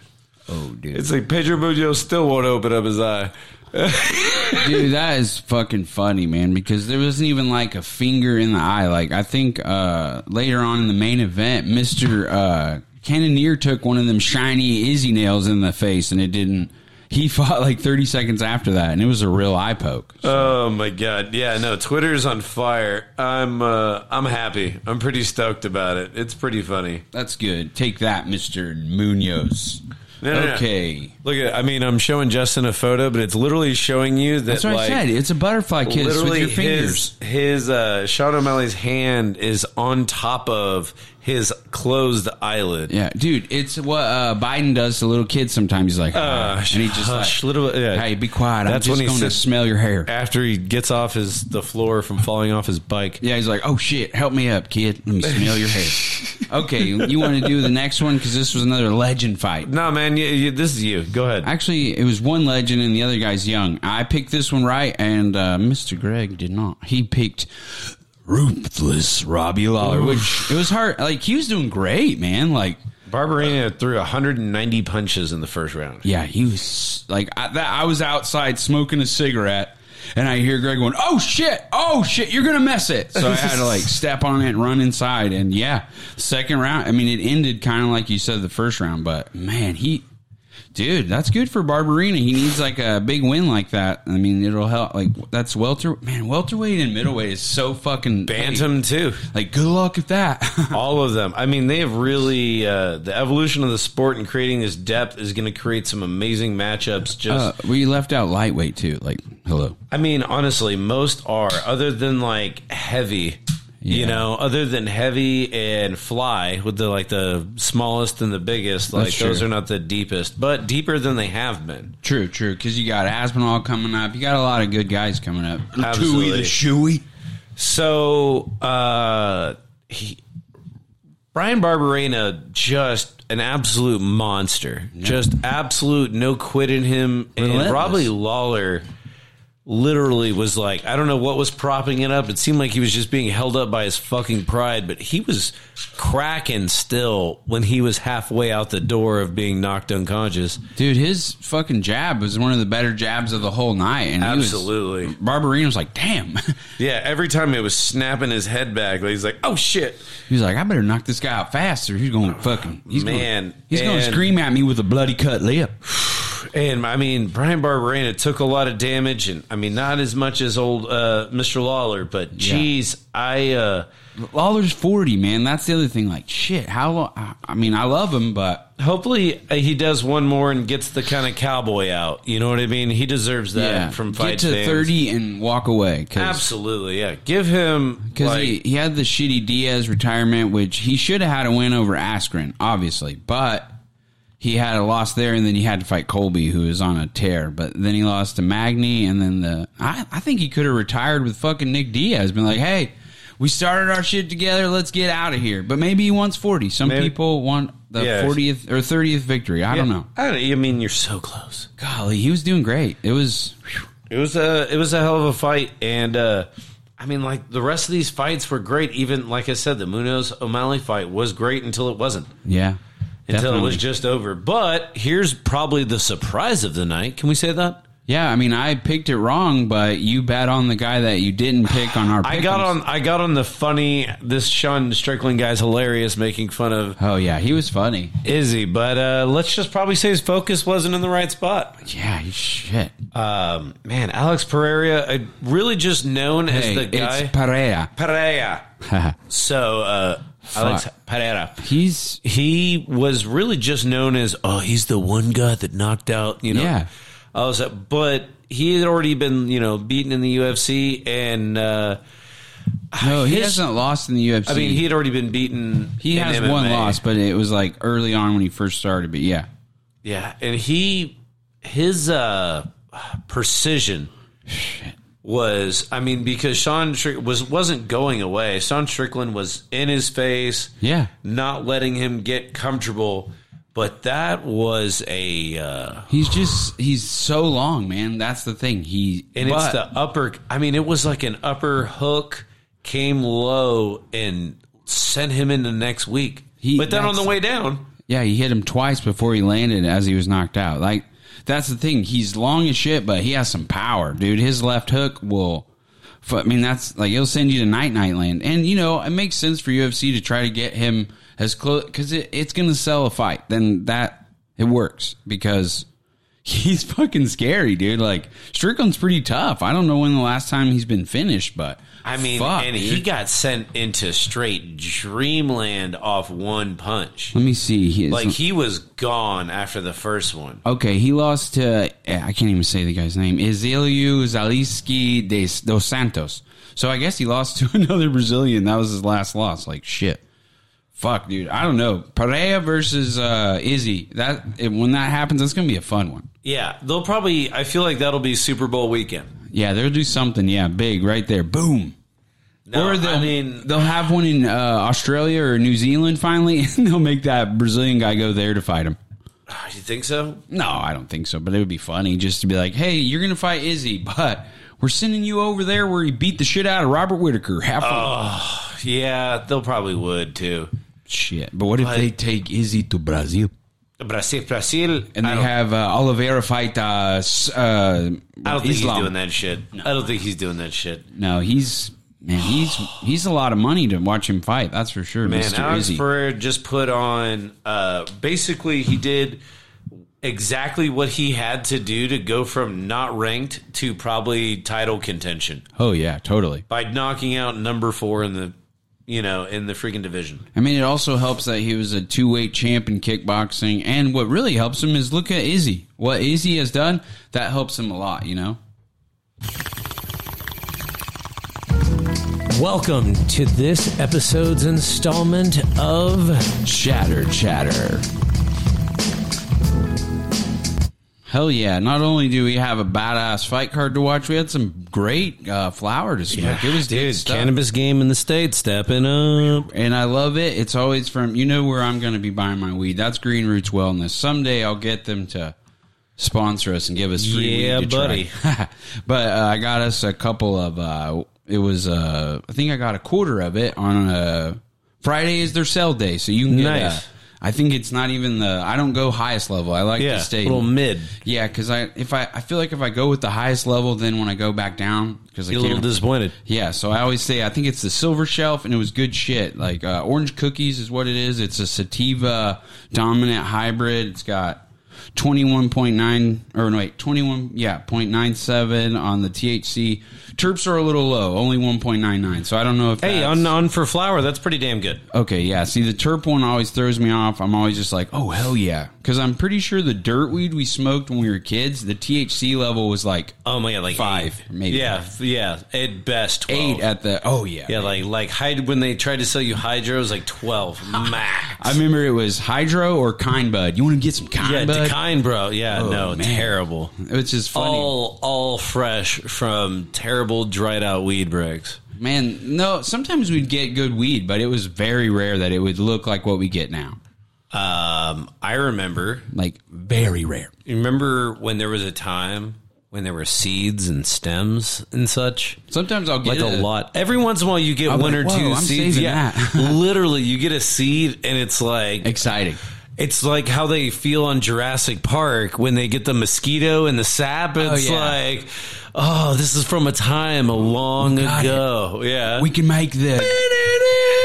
Speaker 5: Oh, dude.
Speaker 6: It's like Pedro Munoz still won't open up his eye.
Speaker 5: Dude, that is fucking funny, man, because there wasn't even like a finger in the eye. Like, I think uh, later on in the main event, Mr. Uh, Cannoneer took one of them shiny Izzy nails in the face and it didn't. He fought like 30 seconds after that and it was a real eye poke.
Speaker 6: Oh my god. Yeah, no, Twitter's on fire. I'm uh I'm happy. I'm pretty stoked about it. It's pretty funny.
Speaker 5: That's good. Take that, Mr. Munoz.
Speaker 6: No, no, no.
Speaker 5: okay.
Speaker 6: Look at I mean, I'm showing Justin a photo, but it's literally showing you that
Speaker 5: That's what
Speaker 6: like
Speaker 5: I said. It's a butterfly kiss with
Speaker 6: literally
Speaker 5: your
Speaker 6: his
Speaker 5: fingers.
Speaker 6: his uh Sean O'Malley's hand is on top of his closed eyelid.
Speaker 5: Yeah, dude, it's what uh, Biden does to little kids sometimes. He's like,
Speaker 6: Uh,
Speaker 5: "Hush," and he just
Speaker 6: hush,
Speaker 5: like,
Speaker 6: little- yeah.
Speaker 5: hey, be quiet.
Speaker 6: That's
Speaker 5: I'm
Speaker 6: when
Speaker 5: just
Speaker 6: he
Speaker 5: going to
Speaker 6: sits-
Speaker 5: smell your hair.
Speaker 6: After he gets off his the floor from falling off his bike.
Speaker 5: Yeah, he's like, oh shit, help me up, kid. Let me smell your hair. okay, you want to do the next one because this was another legend fight.
Speaker 6: No, man, you, you, this is you. Go ahead.
Speaker 5: Actually, it was one legend and the other guy's young. I picked this one right, and uh, Mr. Greg did not. He picked ruthless Robbie Lawler, which it was hard. Like he was doing great, man. Like
Speaker 6: Barbarina threw 190 punches in the first round.
Speaker 5: yeah, he was like I, that. I was outside smoking a cigarette. And I hear Greg going, "Oh shit! Oh shit! You're gonna mess it!" So I had to like step on it, and run inside, and yeah, second round. I mean, it ended kind of like you said the first round, but man, he, dude, that's good for Barbarina. He needs like a big win like that. I mean, it'll help. Like that's welter, man, welterweight and middleweight is so fucking
Speaker 6: Bantam too.
Speaker 5: Like, good luck with that.
Speaker 6: All of them. I mean, they have really uh, the evolution of the sport and creating this depth is going to create some amazing matchups.
Speaker 5: uh,
Speaker 6: Just,
Speaker 5: we left out lightweight too. Like, hello.
Speaker 6: I mean, honestly, most are other than like heavy. You
Speaker 5: Yeah.
Speaker 6: know, other than heavy and fly, with the like the smallest and the biggest, like
Speaker 5: That's
Speaker 6: those
Speaker 5: true.
Speaker 6: are not the deepest, but deeper than they have been.
Speaker 5: True, true. Because you got Aspinall coming up. You got a lot of good guys coming up.
Speaker 6: Absolutely.
Speaker 5: Tui the Shoey.
Speaker 6: So, uh, he, Brian Barberena, just an absolute monster. Just absolute no quit in him.
Speaker 5: Relentless.
Speaker 6: And Robbie Lawler literally was like, I don't know what was propping it up. It seemed like he was just being held up by his fucking pride, but he was cracking still when he was halfway out the door of being knocked unconscious.
Speaker 5: Dude, his fucking jab was one of the better jabs of the whole night. And he was-
Speaker 6: Absolutely.
Speaker 5: Barbarino's like, damn.
Speaker 6: Yeah, every time it was snapping his head back, like he's like, oh shit.
Speaker 5: He was like, I better knock this guy out faster. He's going to fucking. He's
Speaker 6: Man,
Speaker 5: Gonna, he's going
Speaker 6: and-
Speaker 5: to scream at me with a bloody cut lip.
Speaker 6: And I mean, Brian Barberena took a lot of damage, and I mean, not as much as old uh, Mr. Lawler, but geez, I uh,
Speaker 5: Lawler's 40, man. That's the other thing. Like, shit, how long? I, I mean, I love him, but.
Speaker 6: hopefully uh, he does one more and gets the kind of cowboy out. You know what I mean? He deserves that
Speaker 5: Yeah,
Speaker 6: from
Speaker 5: get
Speaker 6: fight
Speaker 5: to
Speaker 6: fans.
Speaker 5: 30 and walk away. 'cause-
Speaker 6: Absolutely, yeah. Give him
Speaker 5: Because
Speaker 6: like,
Speaker 5: he, he had the shitty Diaz retirement, which he should have had a win over Askren, obviously. But he had a loss there, and then he had to fight Colby, who is on a tear. But then he lost to Magny, and then the I, I think he could have retired with fucking Nick Diaz, been like, hey, we started our shit together, let's get out of here. But maybe he wants forty. Some
Speaker 6: Maybe-
Speaker 5: people want the
Speaker 6: Yeah.
Speaker 5: fortieth or thirtieth victory. I don't know.
Speaker 6: I, don't, I mean, you're so close.
Speaker 5: Golly, he was doing great. It was
Speaker 6: It was a it was a hell of a fight, and uh, I mean, like the rest of these fights were great. Even like I said, the Munoz O'Malley fight was great until it wasn't.
Speaker 5: yeah.
Speaker 6: Until it was
Speaker 5: definitely.
Speaker 6: just over. But here's probably the surprise of the night. Can we say that?
Speaker 5: Yeah, I mean, I picked it wrong, but you bet on the guy that you didn't pick on our.
Speaker 6: I got
Speaker 5: pick'ems.
Speaker 6: on. I got on the funny. This Sean Strickland guy's hilarious, making fun of
Speaker 5: Oh yeah, he was funny.
Speaker 6: Izzy. But uh, let's just probably say his focus wasn't in the right spot.
Speaker 5: Yeah, he- shit.
Speaker 6: Um, man, Alex Pereira, uh, really just known
Speaker 5: Hey,
Speaker 6: as the guy
Speaker 5: it's Perea.
Speaker 6: Pereira. So uh, Alex Pereira,
Speaker 5: He's
Speaker 6: he was really just known as oh, he's the one guy that knocked out. You know,
Speaker 5: Yeah.
Speaker 6: I was, uh, but he had already been you know beaten in the UFC and. Uh,
Speaker 5: no, he
Speaker 6: his-
Speaker 5: hasn't lost in the UFC.
Speaker 6: I mean, he had already been beaten.
Speaker 5: he
Speaker 6: in
Speaker 5: has
Speaker 6: MMA.
Speaker 5: one loss, but it was like early on when he first started. But yeah,
Speaker 6: Yeah, and he his uh precision was I mean because Sean Strick was wasn't going away. Sean Strickland was in his face.
Speaker 5: Yeah.
Speaker 6: Not letting him get comfortable, but that was a uh
Speaker 5: he's just he's so long, man. That's the thing. He
Speaker 6: and it's
Speaker 5: but-
Speaker 6: the upper I mean it was like an upper hook came low and sent him into next week.
Speaker 5: He-
Speaker 6: but then on the
Speaker 5: that's-
Speaker 6: way down,
Speaker 5: Yeah, he hit him twice before he landed as he was knocked out. Like that's the thing. He's long as shit, but he has some power, dude. His left hook will. fu- I mean, that's like it'll send you to night night land, and you know it makes sense for UFC to try to get him as close because it, it's going to sell a fight. Then that it works because he's fucking scary, dude. Like Strickland's pretty tough. I don't know when the last time he's been finished, but
Speaker 6: I mean,
Speaker 5: fuck,
Speaker 6: and
Speaker 5: dude.
Speaker 6: he got sent into straight dreamland off one punch.
Speaker 5: Let me see. He is,
Speaker 6: Like he was gone after the first one.
Speaker 5: Okay, he lost to eh, I can't even say the guy's name. Izilio Zaliski de S- dos Santos. So I guess he lost to another Brazilian. That was his last loss. Like shit. Fuck, dude. I don't know. Perea versus uh, Izzy. That eh, when that happens, it's gonna be a fun one.
Speaker 6: Yeah, they'll probably. I feel like that'll be Super Bowl weekend.
Speaker 5: Yeah, they'll do something. Yeah, big right there. Boom.
Speaker 6: No,
Speaker 5: or they'll,
Speaker 6: I mean,
Speaker 5: they'll have one in uh, Australia or New Zealand finally, and they'll make that Brazilian guy go there to fight him.
Speaker 6: you think so?
Speaker 5: No, I don't think so. But it would be funny just to be like, "Hey, you're gonna fight Izzy, but we're sending you over there where he beat the shit out of Robert Whitaker." Have
Speaker 6: Oh.
Speaker 5: fun.
Speaker 6: Yeah, they'll probably would too.
Speaker 5: shit. But what if they take Izzy to Brazil
Speaker 6: Brazil, Brazil,
Speaker 5: and
Speaker 6: I
Speaker 5: they
Speaker 6: don't-
Speaker 5: have uh, Oliveira fight uh, s- uh,
Speaker 6: I don't think
Speaker 5: Islam?
Speaker 6: he's doing that shit. I don't think he's doing that shit.
Speaker 5: No, he's man, he's he's a lot of money to watch him fight. That's for sure,
Speaker 6: Man,
Speaker 5: Mister
Speaker 6: Alex
Speaker 5: Izzy.
Speaker 6: Pereira just put on. Uh, basically, he did exactly what he had to do to go from not ranked to probably title contention
Speaker 5: oh yeah, totally.
Speaker 6: by knocking out number four in the, you know, in the freaking division.
Speaker 5: I mean, it also helps that he was a two weight champ in kickboxing, and what really helps him is look at Izzy. What Izzy has done that helps him a lot, you know.
Speaker 8: Welcome to this episode's installment of
Speaker 5: Shatter Chatter. Hell yeah. Not only do we have a badass fight card to watch, we had some great uh, flower to smoke. it was good stuff.
Speaker 6: game in the state stepping up.
Speaker 5: And I love it. It's always from, you know, where I'm going to be buying my weed. That's Green Roots Wellness. Someday I'll get them to sponsor us and give us free
Speaker 6: Yeah,
Speaker 5: weed to
Speaker 6: buddy.
Speaker 5: try. but uh, I got us a couple of, uh, it was, uh, I think I got a quarter of it on a Friday is their sale day. So you can get,
Speaker 6: Nice.
Speaker 5: uh, I think it's not even the, I don't go highest level. I like
Speaker 6: Yeah,
Speaker 5: to stay
Speaker 6: little mid.
Speaker 5: Yeah, because I, if I, I feel like if I go with the highest level, then when I go back down, because I
Speaker 6: You're a little
Speaker 5: can't-
Speaker 6: disappointed.
Speaker 5: yeah, so I always say I think it's the silver shelf, and it was good shit. Like uh, orange cookies is what it is. It's a sativa dominant hybrid. It's got 21.9 or no, wait, 21 yeah, 0.97 on the THC. Terps are a little low, only 1.99. So I don't know if
Speaker 6: Hey,
Speaker 5: that's-
Speaker 6: on on for flour, that's pretty damn good.
Speaker 5: Okay, yeah. See, the terp one always throws me off. I'm always just like, oh hell yeah, because I'm pretty sure the dirt weed we smoked when we were kids, the THC level was like
Speaker 6: Oh my god, like
Speaker 5: Five,
Speaker 6: eight.
Speaker 5: maybe.
Speaker 6: Yeah, f- yeah, at best 12.
Speaker 5: eight at the. Oh yeah,
Speaker 6: yeah, like like hyd- when they tried to sell you hydros, like twelve max.
Speaker 5: I remember it was hydro or kind bud. You want to get some kind
Speaker 6: yeah,
Speaker 5: bud?
Speaker 6: kind Oh. bro. Yeah,
Speaker 5: Oh,
Speaker 6: no,
Speaker 5: man.
Speaker 6: terrible.
Speaker 5: Which is funny.
Speaker 6: All all fresh from terrible dried out weed bricks.
Speaker 5: Man, no, sometimes we'd get good weed, but it was very rare that it would look like what we get now.
Speaker 6: Um, I remember.
Speaker 5: Like, very rare.
Speaker 6: You remember when there was a time when there were seeds and stems and such?
Speaker 5: Sometimes I'll get
Speaker 6: like a lot. Every once in a while, you get
Speaker 5: I'm
Speaker 6: one
Speaker 5: like,
Speaker 6: or
Speaker 5: "Whoa,
Speaker 6: 2
Speaker 5: I'm
Speaker 6: seeds.
Speaker 5: saving
Speaker 6: Yeah,
Speaker 5: that.
Speaker 6: literally, you get a seed, and it's like
Speaker 5: Exciting.
Speaker 6: it's like how they feel on Jurassic Park when they get the mosquito and the sap. It's
Speaker 5: yeah.
Speaker 6: like, oh, this is from a time a long
Speaker 5: got it.
Speaker 6: ago. Yeah,
Speaker 5: We can make this.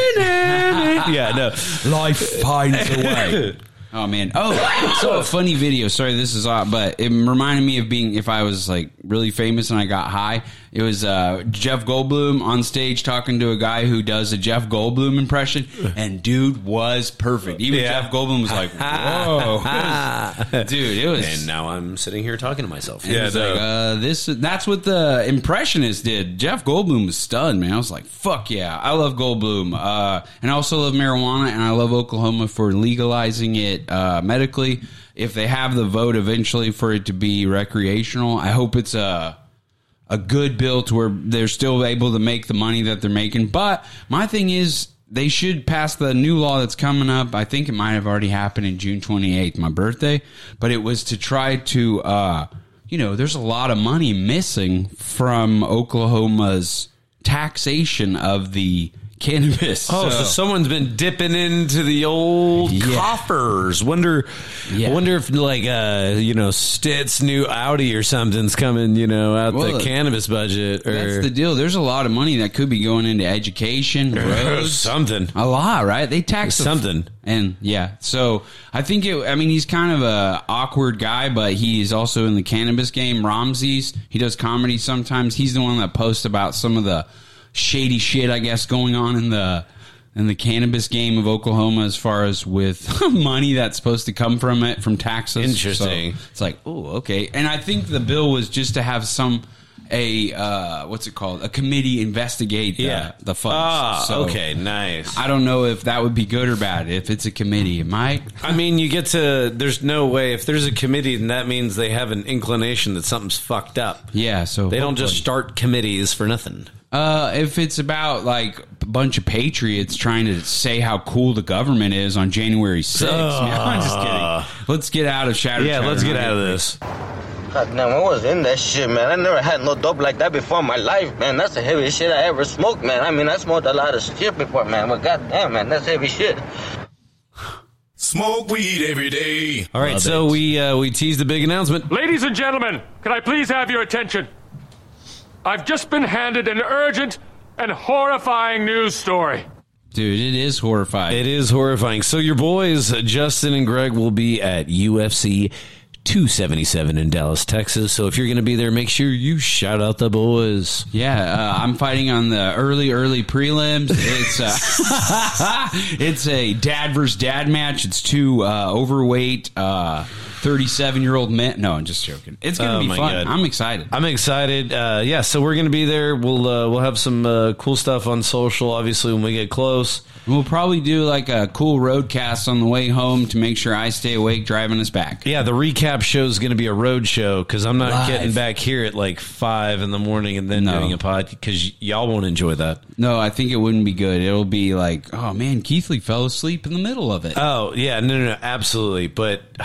Speaker 6: yeah, no.
Speaker 5: Life finds a way. Oh man! Oh, so a funny video. Sorry, this is odd, but it reminded me of being if I was like really famous and I got high. It was uh, Jeff Goldblum on stage talking to a guy who does a Jeff Goldblum impression, and dude was perfect. Even
Speaker 6: Yeah.
Speaker 5: Jeff Goldblum was like, "Whoa, dude!" It was
Speaker 6: And now I'm sitting here talking to myself.
Speaker 5: It was like, uh, this that's what the impressionist did. Jeff Goldblum was stunned, man. I was like, fuck yeah, I love Goldblum, uh, and I also love marijuana, and I love Oklahoma for legalizing it uh, medically. If they have the vote eventually for it to be recreational, I hope it's uh, a a good bill to where they're still able to make the money that they're making. But my thing is. They should pass the new law that's coming up. I think it might have already happened in June 28th, my birthday, but it was to try to uh, you know, there's a lot of money missing from Oklahoma's taxation of the cannabis.
Speaker 6: Oh, so, someone's been dipping into the old
Speaker 5: Yeah.
Speaker 6: coffers. Wonder,
Speaker 5: Yeah.
Speaker 6: wonder if like uh, you know Stitt's new Audi or something's coming. You know, out
Speaker 5: Well,
Speaker 6: the cannabis budget or
Speaker 5: that's the deal. There's a lot of money that could be going into education, roads,
Speaker 6: something.
Speaker 5: a lot, right? They tax the-
Speaker 6: Something.
Speaker 5: and yeah. So I think it. I mean, he's kind of a awkward guy, but he's also in the cannabis game. Ramses, he does comedy sometimes. He's the one that posts about some of the shady shit, I guess, going on in the in the cannabis game of Oklahoma, as far as with money that's supposed to come from it from taxes.
Speaker 6: Interesting.
Speaker 5: So it's like, oh, okay. And I think the bill was just to have some. A uh, what's it called? A committee investigate the,
Speaker 6: Yeah,
Speaker 5: the funds.
Speaker 6: Ah,
Speaker 5: So-
Speaker 6: okay, nice. I,
Speaker 5: I don't know if that would be good or bad. If it's a committee, it might.
Speaker 6: mean, you get to. There's no way if there's a committee, then that means they have an inclination that something's fucked up.
Speaker 5: Yeah. So
Speaker 6: They don't just
Speaker 5: hopefully.
Speaker 6: start committees for nothing.
Speaker 5: Uh, if it's about like a bunch of patriots trying to say how cool the government is on January 6th. No, I'm just kidding. Let's get out of shadow.
Speaker 6: Yeah, let's get out of this.
Speaker 4: God damn, I was in that shit, man. I never had no dope like that before in my life, man. That's the heaviest shit I ever smoked, man. I mean, I smoked a lot of shit before, man, but goddamn, man, that's heavy shit.
Speaker 9: Smoke weed every day.
Speaker 6: All right, so we uh, we teased the big announcement.
Speaker 10: Ladies and gentlemen, can I please have your attention? I've just been handed an urgent and horrifying news story.
Speaker 5: Dude, it is horrifying.
Speaker 6: It is horrifying. So your boys Justin and Greg will be at UFC 277 in Dallas, Texas. So if you're going to be there, make sure you shout out the boys.
Speaker 5: Yeah, uh, I'm fighting on the early, early prelims. It's a, it's a dad versus dad match. It's two uh, overweight, uh, 37 year old men. No, I'm just joking. It's gonna
Speaker 6: Oh
Speaker 5: be
Speaker 6: my
Speaker 5: fun.
Speaker 6: God.
Speaker 5: I'm excited.
Speaker 6: I'm excited. Uh, yeah, so we're going to be there. We'll uh, we'll have some uh, cool stuff on social. Obviously, when we get close.
Speaker 5: We'll probably do like a cool roadcast on the way home to make sure I stay awake driving us back.
Speaker 6: Yeah, the recap show is going to be a road show because I'm not
Speaker 5: Live.
Speaker 6: getting back here at like five in the morning and then
Speaker 5: No.
Speaker 6: doing a pod because y'all won't enjoy that.
Speaker 5: No, I think it wouldn't be good. It'll be like, oh man, Keithley fell asleep in the middle of it.
Speaker 6: Oh yeah, no, no, no, absolutely. But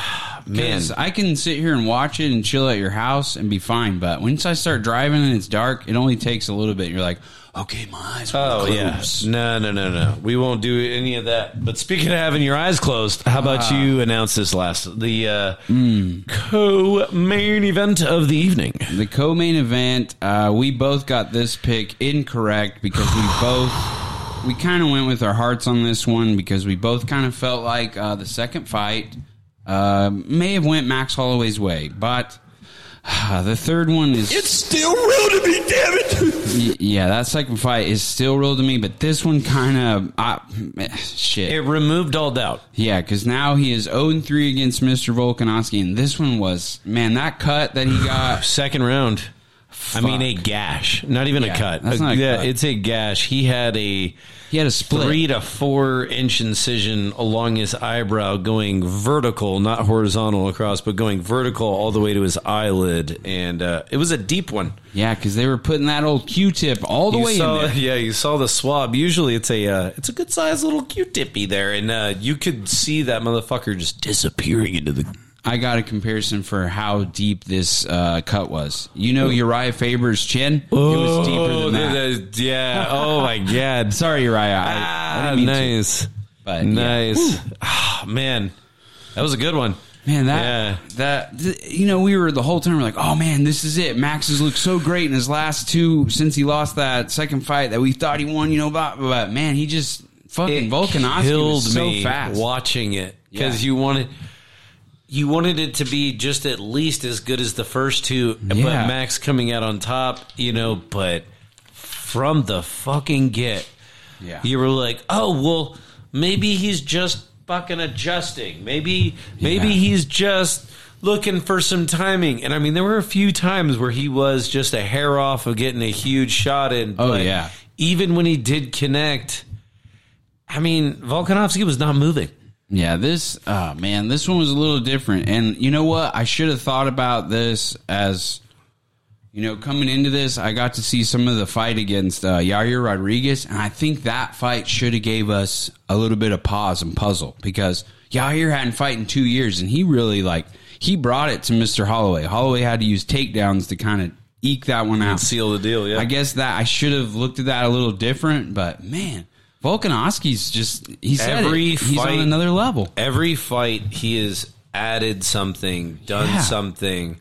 Speaker 6: man,
Speaker 5: Because I can sit here and watch it and chill at your house and be fine. But once I start driving and it's dark, it only takes a little bit. You're like, okay, my eyes.
Speaker 6: Oh
Speaker 5: Oh
Speaker 6: yeah,
Speaker 5: close. yeah.
Speaker 6: no, no, no, no. We won't do any of that. But speaking of having your eyes closed, how about
Speaker 5: Ah.
Speaker 6: you announce this last the uh,
Speaker 5: Hmm.
Speaker 6: co-main event of the evening?
Speaker 5: The co-main event, uh, we both got this pick incorrect because we both we kind of went with our hearts on this one because we both kind of felt like uh, the second fight. Uh, may have went Max Holloway's way, but uh, the third one is
Speaker 9: It's still real to me, damn it!
Speaker 5: y- yeah. That second fight is still real to me, but this one kind of shit.
Speaker 6: It removed all doubt.
Speaker 5: Yeah, because now he is 0 3 against Mr. Volkanovski, and this one was, man, that cut that he got.
Speaker 6: Second round. I mean, a gash. Not even
Speaker 5: Yeah,
Speaker 6: a cut.
Speaker 5: that's not a
Speaker 6: yeah,
Speaker 5: cut.
Speaker 6: it's a gash. He had a
Speaker 5: He had a split.
Speaker 6: three to four inch incision along his eyebrow, going vertical, not horizontal across, but going vertical all the way to his eyelid, and uh, it was a deep one.
Speaker 5: Yeah, because they were putting that old Q tip all the
Speaker 6: You
Speaker 5: way
Speaker 6: saw-
Speaker 5: in there.
Speaker 6: Yeah, you saw the swab. Usually, it's a uh, it's a good sized little Q-tippy there, and uh, you could see that motherfucker just disappearing into the.
Speaker 5: I got a comparison for how deep this uh, cut was. You
Speaker 6: Oh.
Speaker 5: know Uriah Faber's chin? it was deeper than that. Uh,
Speaker 6: yeah. Oh my god.
Speaker 5: Sorry, Uriah. I, I
Speaker 6: Ah,
Speaker 5: didn't mean to,
Speaker 6: nice,
Speaker 5: but yeah.
Speaker 6: nice. Ah, man, that was a good one.
Speaker 5: Man, that
Speaker 6: Yeah.
Speaker 5: that th- you know, we were the whole time we're like, oh man, this is it. Max has looked so great in his last two since he lost that second fight that we thought he won. You know, but, but man, he just fucking Volkanovski
Speaker 6: killed
Speaker 5: was so
Speaker 6: me
Speaker 5: fast.
Speaker 6: watching it because
Speaker 5: Yeah.
Speaker 6: you wanted you wanted it to be just at least as good as the first two,
Speaker 5: Yeah.
Speaker 6: but Max coming out on top, you know. But from the fucking get,
Speaker 5: Yeah.
Speaker 6: you were like, oh well, maybe he's just fucking adjusting. Maybe maybe
Speaker 5: Yeah.
Speaker 6: he's just looking for some timing. And I mean, there were a few times where he was just a hair off of getting a huge shot in.
Speaker 5: Oh,
Speaker 6: but
Speaker 5: yeah.
Speaker 6: even when he did connect. I mean, Volkanovski was not moving.
Speaker 5: Yeah, this oh man, this one was a little different. And you know what? I should have thought about this as you know, coming into this, I got to see some of the fight against uh, Yair Rodriguez, and I think that fight should have gave us a little bit of pause and puzzle because Yair hadn't fight in two years, and he really like he brought it to Mister Holloway. Holloway had to use takedowns to kind of eke that one out,
Speaker 6: seal the deal, yeah.
Speaker 5: I guess that I should have looked at that a little different, but man, Volkanovski's just he said
Speaker 6: Every
Speaker 5: it. he's on
Speaker 6: fight-
Speaker 5: another level.
Speaker 6: Every fight, he has added something, done
Speaker 5: Yeah.
Speaker 6: something.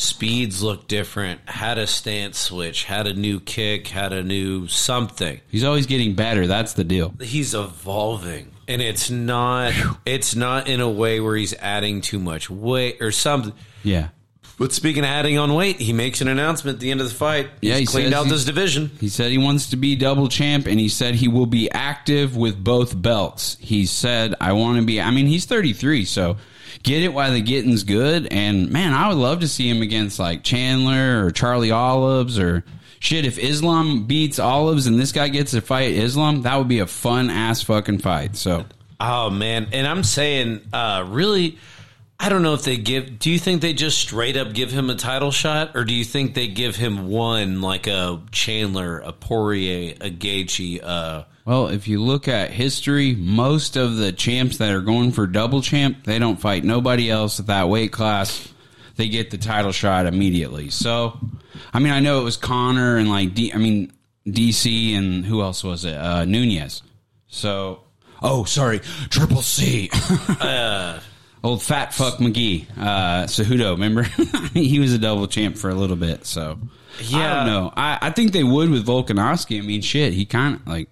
Speaker 6: Speeds look different. Had a stance switch. Had a new kick. Had a new something.
Speaker 5: He's always getting better. That's the deal.
Speaker 6: He's evolving, and it's not. It's not in a way where he's adding too much weight or something.
Speaker 5: Yeah.
Speaker 6: But speaking of adding on weight, he makes an announcement at the end of the fight. He's
Speaker 5: Yeah, he
Speaker 6: cleaned
Speaker 5: says
Speaker 6: out
Speaker 5: he-
Speaker 6: this division.
Speaker 5: He said he wants to be double champ and he said he will be active with both belts. He said, I want to be, I mean, he's 33, so get it while the getting's good. And man, I would love to see him against like Chandler or Charlie Olives or shit. If Islam beats Olives and this guy gets to fight Islam, that would be a fun ass fucking fight. So
Speaker 6: Oh man, and I'm saying, uh, really, I don't know if they give. Do you think they just straight up give him a title shot, or do you think they give him one like a Chandler, a Poirier, a Gaethje? Uh,
Speaker 5: Well, if you look at history, most of the champs that are going for double champ, they don't fight nobody else at that weight class. They get the title shot immediately. So, I mean, I know it was Connor and like D. I mean, DC and who else was it? Uh, Nunez. So, oh, sorry, Triple C. Old fat fuck McGee, uh, Cejudo. Remember, he was a double champ for a little bit. So, I
Speaker 6: Yeah.
Speaker 5: don't know. I, I think they would with Volkanovski. I mean, shit, he kind of like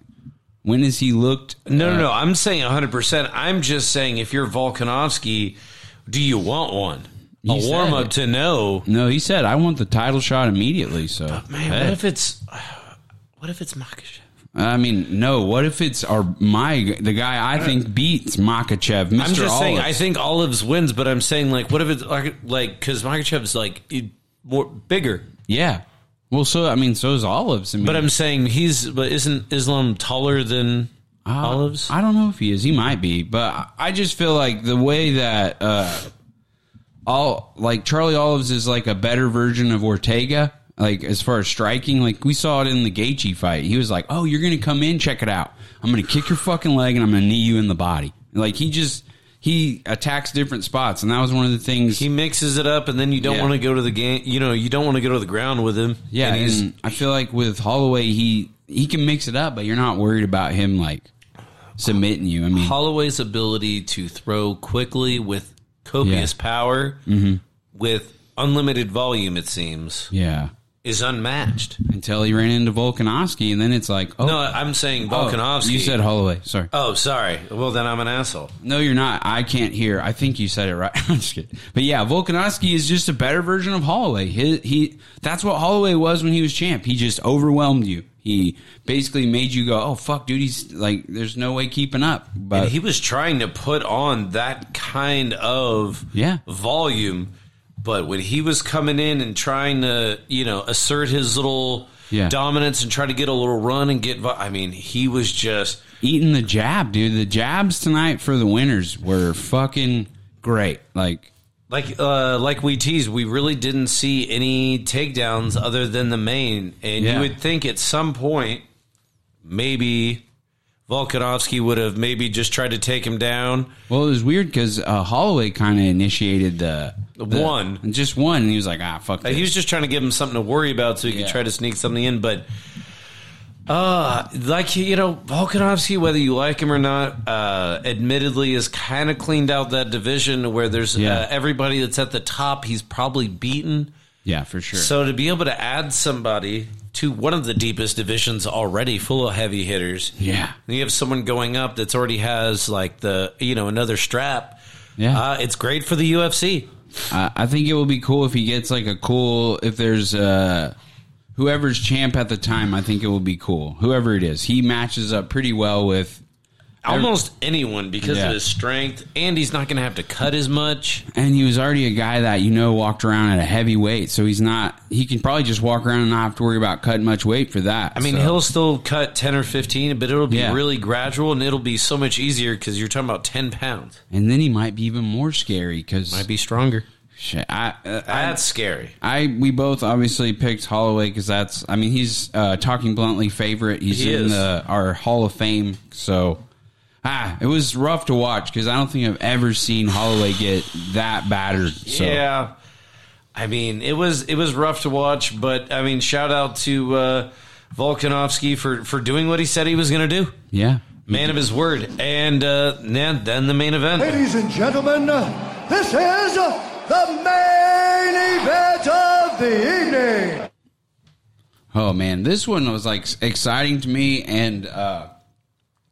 Speaker 5: when has he looked?
Speaker 6: no, no,
Speaker 5: uh,
Speaker 6: no. I'm saying 100. percent I'm just saying if you're Volkanovski, do you want one?
Speaker 5: He
Speaker 6: a
Speaker 5: said
Speaker 6: warm up
Speaker 5: it.
Speaker 6: to know.
Speaker 5: no. He said, "I want the title shot immediately." So,
Speaker 6: Man,
Speaker 5: hey.
Speaker 6: what if it's what if it's Makachev?
Speaker 5: I mean, no. What if it's our my the guy I think beats Makachev? Mr.
Speaker 6: I'm just saying. I
Speaker 5: Olives?
Speaker 6: think Olives wins, but I'm saying like, what if it's like, like because Makachev's like it- more bigger.
Speaker 5: yeah. Well, so I mean, so is Olives. I mean,
Speaker 6: But I'm saying he's but isn't Islam taller than
Speaker 5: Uh,
Speaker 6: Olives?
Speaker 5: I don't know if he is. He might be, but I- I just feel like the way that uh, all like Charlie Olives is like a better version of Ortega. Like as far as striking, like we saw it in the Gaethje fight. He was like, "Oh, you're gonna come in, check it out. I'm gonna kick your fucking leg and I'm gonna knee you in the body." Like he just he attacks different spots, and that was one of the things.
Speaker 6: he mixes it up, and then you don't
Speaker 5: Yeah.
Speaker 6: want to go to the game. You know, you don't want to go to the ground with him.
Speaker 5: yeah,
Speaker 6: and he's
Speaker 5: and I feel like with Holloway, he he can mix it up, but you're not worried about him like submitting you. I mean,
Speaker 6: Holloway's ability to throw quickly with
Speaker 5: Yeah.
Speaker 6: copious
Speaker 5: Mm-hmm.
Speaker 6: power, with unlimited volume. It seems
Speaker 5: yeah.
Speaker 6: is unmatched.
Speaker 5: until he ran into Volkanovski, and then it's like, oh,
Speaker 6: No, I'm saying Volkanovski.
Speaker 5: Oh, you said Holloway. Sorry.
Speaker 6: Oh, sorry. Well, then I'm an asshole.
Speaker 5: No, you're not. I can't hear. I think you said it right. I'm just kidding. But yeah, Volkanovski is just a better version of Holloway. He, he that's what Holloway was when he was champ. He just overwhelmed you. He basically made you go, "Oh fuck, dude, he's like there's no way keeping up." But
Speaker 6: and he was trying to put on that kind of
Speaker 5: Yeah.
Speaker 6: volume, but when he was coming in and trying to, you know, assert his little
Speaker 5: Yeah.
Speaker 6: dominance and try to get a little run and get, vo- I mean, he was just
Speaker 5: eating the jab, dude. The jabs tonight for the winners were fucking great. Like
Speaker 6: like, uh, like we teased, we really didn't see any takedowns other than the main, and
Speaker 5: Yeah.
Speaker 6: you would think at some point, maybe. Volkanovski would have maybe just tried to take him down.
Speaker 5: Well, it was weird because uh, Holloway kind of initiated the, the
Speaker 6: One.
Speaker 5: just one, and he was like, "Ah, fuck."
Speaker 6: Like,
Speaker 5: this."
Speaker 6: he was just trying to give him something to worry about so he
Speaker 5: Yeah.
Speaker 6: could try to sneak something in. But, uh, like, you know, Volkanovski, whether you like him or not, uh, admittedly has kind of cleaned out that division where there's
Speaker 5: Yeah.
Speaker 6: uh, everybody that's at the top, he's probably beaten.
Speaker 5: yeah, for sure.
Speaker 6: So to be able to add somebody to one of the deepest divisions already full of heavy hitters.
Speaker 5: yeah,
Speaker 6: And you have someone going up that's already has like the you know another strap.
Speaker 5: Yeah.
Speaker 6: uh, it's great for the UFC.
Speaker 5: I, I think it will be cool if he gets like a cool if there's uh whoever's champ at the time. I think it will be cool. Whoever it is, he matches up pretty well with,
Speaker 6: almost anyone because
Speaker 5: Yeah.
Speaker 6: of his strength, and he's not going to have to cut as much.
Speaker 5: and he was already a guy that you know walked around at a heavy weight, so he's not. He can probably just walk around and not have to worry about cutting much weight for that.
Speaker 6: I mean,
Speaker 5: so-
Speaker 6: he'll still cut ten or fifteen, but it'll be
Speaker 5: Yeah.
Speaker 6: really gradual, and it'll be so much easier because you're talking about ten pounds.
Speaker 5: and then he might be even more scary because
Speaker 6: Might be stronger.
Speaker 5: shit. I, uh, I
Speaker 6: That's scary.
Speaker 5: I we both obviously picked Holloway because that's I mean he's uh, talking bluntly favorite. He's
Speaker 6: He
Speaker 5: in
Speaker 6: is.
Speaker 5: the our Hall of Fame. So ah, it was rough to watch because I don't think I've ever seen Holloway get that battered. So.
Speaker 6: Yeah. I mean, it was it was rough to watch, but I mean, shout out to uh, Volkanovski for for doing what he said he was going to do.
Speaker 5: yeah,
Speaker 6: Man of his word, and uh, then then the main event.
Speaker 7: Ladies and gentlemen, this is the main event of the evening.
Speaker 5: Oh man, this one was like exciting to me, and uh,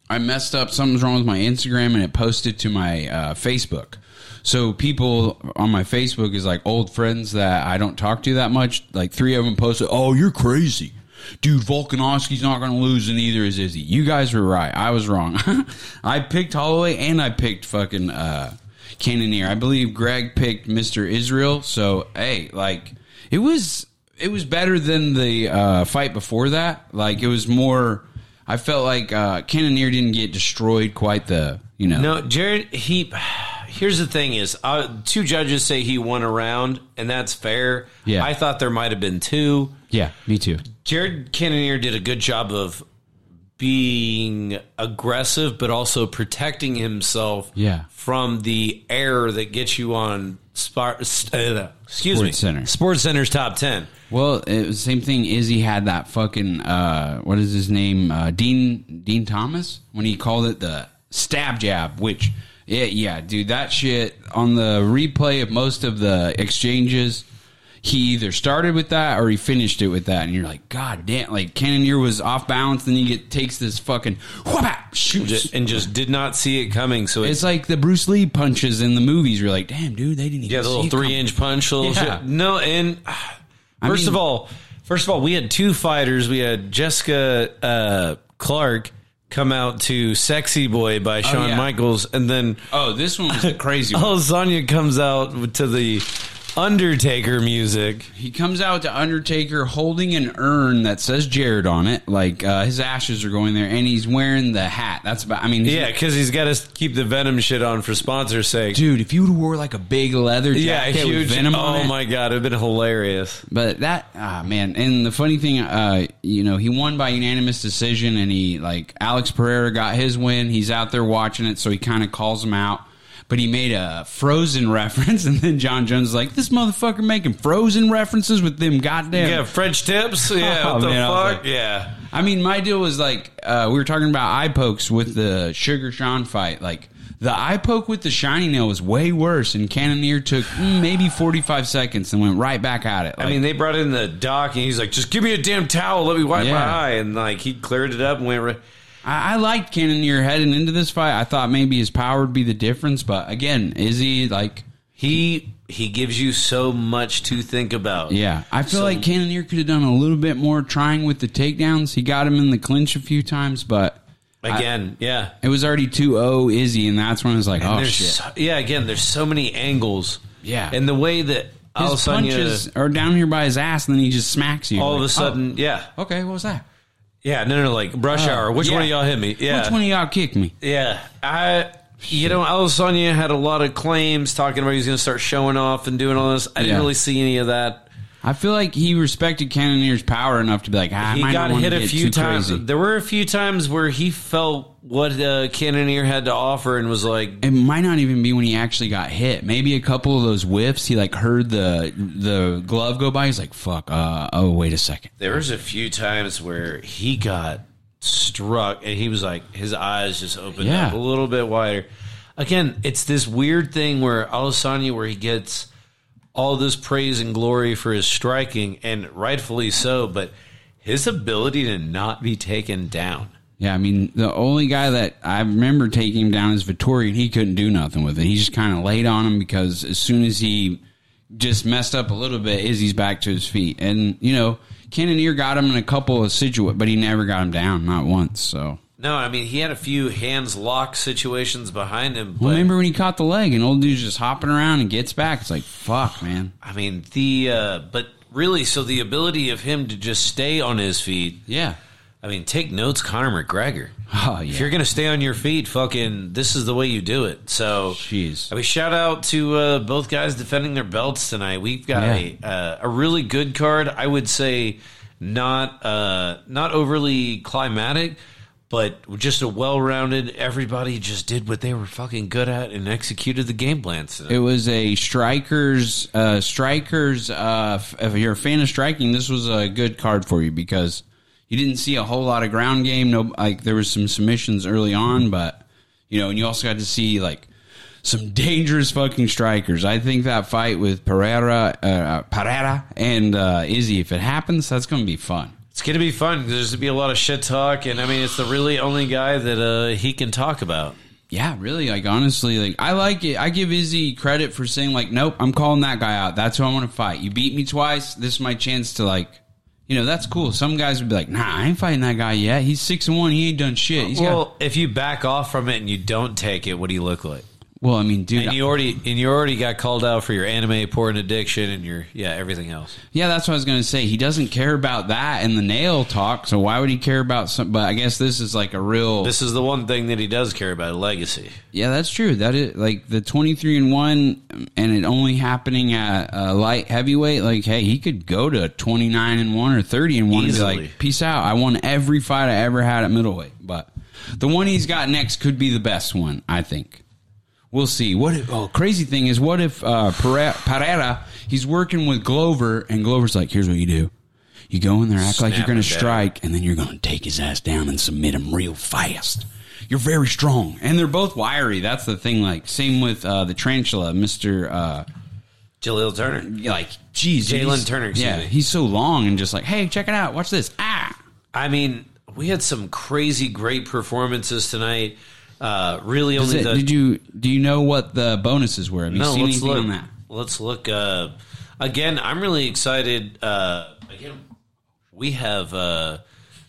Speaker 5: I messed up. Something's wrong with my Instagram, and it posted to my uh, Facebook. So people on my Facebook is like old friends that I don't talk to that much. Like three of them posted, "Oh, you're crazy." Dude, Volkanovski's not going to lose, and either is Izzy. You guys were right. I was wrong. I picked Holloway, and I picked fucking uh, Cannoneer. I believe Greg picked Mr. Israel. So hey, like it was it was better than the uh, fight before that. Like it was more. I felt like uh, Cannoneer didn't get destroyed quite the you know.
Speaker 6: No, Jared. He. Here's the thing: is uh, two judges say he won a round, and that's fair.
Speaker 5: Yeah.
Speaker 6: I thought there might have been two.
Speaker 5: Yeah, me too.
Speaker 6: Jared Cannonier did a good job of being aggressive, but also protecting himself.
Speaker 5: Yeah.
Speaker 6: from the error that gets you on. Spar- uh, excuse me,
Speaker 5: Sports Center.
Speaker 6: Sports Center's top ten.
Speaker 5: Well, it was the same thing. Izzy had that fucking uh, what is his name? Uh, Dean Dean Thomas when he called it the stab jab, which yeah, yeah, dude, that shit on the replay of most of the exchanges. He either started with that or he finished it with that, and you're like, God damn! Like Cannoneer was off balance, then he get, takes this fucking whap, shoots,
Speaker 6: Just, and just did not see it coming. So it's
Speaker 5: It's like the Bruce Lee punches in the movies. You're like, damn, dude, they didn't even
Speaker 6: Yeah, the
Speaker 5: see
Speaker 6: little
Speaker 5: it come."
Speaker 6: three inch punch, little
Speaker 5: Yeah.
Speaker 6: shit. No, and ah, first
Speaker 5: mean-
Speaker 6: of all, first of all, we had two fighters. We had Jessica uh, Clark come out to "Sexy Boy" by Shawn
Speaker 5: Oh, yeah.
Speaker 6: Michaels, and then
Speaker 5: Oh, this one was the crazy one.
Speaker 6: Alzanya Oh, comes out to the Undertaker music.
Speaker 5: He comes out to Undertaker holding an urn that says Jared on it. Like uh, his ashes are going there, and he's wearing the hat. That's about. I mean, he's-
Speaker 6: Yeah, because he's got to keep the Venom shit on for sponsors' sake.
Speaker 5: dude, if you would have wore like a big leather
Speaker 6: yeah,
Speaker 5: jacket
Speaker 6: huge.
Speaker 5: with venom
Speaker 6: oh
Speaker 5: on it,
Speaker 6: my god, it'd been hilarious.
Speaker 5: But that ah man, and the funny thing, uh, you know, he won by unanimous decision, and he like Alex Pereira got his win. He's out there watching it, so he kind of calls him out. But he made a Frozen reference, and then John Jones is like, "This motherfucker making Frozen references with them goddamn."
Speaker 6: Yeah, French tips. Yeah,
Speaker 5: Oh,
Speaker 6: what the
Speaker 5: man, I was
Speaker 6: fuck?
Speaker 5: like-
Speaker 6: yeah.
Speaker 5: I mean, my deal was like uh, we were talking about eye pokes with the Sugar Sean fight. Like The eye poke with the shiny nail was way worse, and Cannoneer took mm, maybe 45 seconds and went right back at it.
Speaker 6: I mean, they brought in the doc, and he's like, "Just give me a damn towel, let me wipe my
Speaker 5: Yeah.
Speaker 6: eye," and like he cleared it up and went. Right.
Speaker 5: I, I liked Cannoneer heading into this fight. I thought maybe his power would be the difference, but again, is he like.
Speaker 6: He he gives you so much to think about.
Speaker 5: Yeah, I feel
Speaker 6: So-
Speaker 5: like Cannoneer could have done a little bit more trying with the takedowns. He got him in the clinch a few times, but
Speaker 6: Again, yeah.
Speaker 5: it was already 2-0 Izzy, and that's when I was like, oh
Speaker 6: there's
Speaker 5: shit.
Speaker 6: so- yeah. Again, there's so many angles.
Speaker 5: Yeah.
Speaker 6: and the way that all of a
Speaker 5: his
Speaker 6: sudden, you-
Speaker 5: punches are down here by his ass, and then he just smacks you.
Speaker 6: all of
Speaker 5: Like,
Speaker 6: a sudden, yeah,
Speaker 5: oh, okay, what was that?
Speaker 6: yeah. No, no, no, like rush
Speaker 5: Oh,
Speaker 6: hour. Which one of
Speaker 5: yeah.
Speaker 6: y'all hit me? Yeah,
Speaker 5: Which one of y'all kicked me?
Speaker 6: Yeah, I. You know, Alessania had a lot of claims talking about he was going to start showing off and doing all this. I didn't
Speaker 5: Yeah.
Speaker 6: really see any of that.
Speaker 5: I feel like he respected Cannoneer's power enough to be like, ah, I
Speaker 6: he
Speaker 5: might
Speaker 6: got
Speaker 5: not want
Speaker 6: hit
Speaker 5: to
Speaker 6: a
Speaker 5: get
Speaker 6: few
Speaker 5: too
Speaker 6: times.
Speaker 5: Crazy.
Speaker 6: There were a few times where he felt what uh, Cannoneer had to offer and was like,
Speaker 5: It might not even be when he actually got hit. Maybe a couple of those whiffs, he like heard the the glove go by. He's like, "Fuck! Uh, oh, wait a second.
Speaker 6: there was a few times where he got struck and he was like his eyes just opened
Speaker 5: Yeah.
Speaker 6: up a little bit wider again it's this weird thing where Alessania where he gets all this praise and glory for his striking and rightfully so but his ability to not be taken down
Speaker 5: Yeah, I mean, the only guy that I remember taking him down is Vittori, and he couldn't do nothing with it. He just kind of laid on him because as soon as he just messed up a little bit, Izzy's back to his feet. And, you know, Cannoneer got him in a couple of situations, but he never got him down, not once. So,
Speaker 6: no i mean he had a few hands lock situations behind him but
Speaker 5: well, remember when he caught the leg and old dude's just hopping around and gets back? It's like, fuck, man.
Speaker 6: i mean the uh but really so the ability of him to just stay on his feet
Speaker 5: Yeah.
Speaker 6: i mean take notes conor mcgregor
Speaker 5: Oh,
Speaker 6: If
Speaker 5: yeah.
Speaker 6: you're gonna stay on your feet, fucking, this is the way you do it. So,
Speaker 5: Jeez.
Speaker 6: I mean, shout out to uh, both guys defending their belts tonight. We've got a uh, a really good card. I would say not uh, not overly climatic, but just a well rounded. Everybody just did what they were fucking good at and executed the game plans. Tonight.
Speaker 5: It was a strikers, uh, strikers. Uh, f- if you're a fan of striking, this was a good card for you because you didn't see a whole lot of ground game. No, like there was some submissions early on, but you know, and you also got to see like some dangerous fucking strikers. I think that fight with Pereira, uh, uh, Pereira and uh, Izzy, if it happens, that's going to be fun.
Speaker 6: It's gonna be fun. 'cause There's gonna be a lot of shit talk, and I mean, it's the really only guy that uh, he can talk about.
Speaker 5: Yeah, really. Like honestly, like I like it. I give Izzy credit for saying like, "Nope, I'm calling that guy out. That's who I want to fight. You beat me twice. This is my chance to like, you know, that's cool." Some guys would be like, "Nah, I ain't fighting that guy yet. He's six and one. He ain't done shit. He's
Speaker 6: well,
Speaker 5: got
Speaker 6: if you back off from it and you don't take it, what do you look like?
Speaker 5: well, I mean, dude,
Speaker 6: And you already and you already got called out for your anime porn addiction and your yeah everything else.
Speaker 5: yeah, that's what I was gonna say. He doesn't care about that and the nail talk. So why would he care about some? But I guess this is like a real.
Speaker 6: This is the one thing that he does care about: legacy.
Speaker 5: yeah, that's true. That is like the twenty three and one, and it only happening at uh, light heavyweight. Like, hey, he could go to twenty nine and one or thirty and one, and be
Speaker 6: Easily.
Speaker 5: like, peace out. I won every fight I ever had at middleweight, but the one he's got next could be the best one. I think. We'll see. What? If, oh, crazy thing is, what if uh, Pere- Pereira? He's working with Glover, and Glover's like, "Here's what you do: you go in there, act like you're
Speaker 6: Snap
Speaker 5: going to
Speaker 6: him down.
Speaker 5: strike, and then you're going to take his ass down and submit him real fast. You're very strong, and they're both wiry. That's the thing. Like, same with uh, the tarantula, Mister. Uh,
Speaker 6: Jaleel Turner.
Speaker 5: like, geez,
Speaker 6: Jalen
Speaker 5: he's-
Speaker 6: Turner, excuse
Speaker 5: Yeah,
Speaker 6: me.
Speaker 5: he's so long and just like, hey, check it out, watch this. Ah,
Speaker 6: I mean, we had some crazy great performances tonight. Uh, really,
Speaker 5: Is
Speaker 6: only
Speaker 5: it-
Speaker 6: the
Speaker 5: did you do you know what the bonuses were? Have you
Speaker 6: no.
Speaker 5: seen
Speaker 6: Let's
Speaker 5: anything
Speaker 6: look.
Speaker 5: on that?
Speaker 6: Let's look. Uh, again, I'm really excited. Uh, again, we have uh,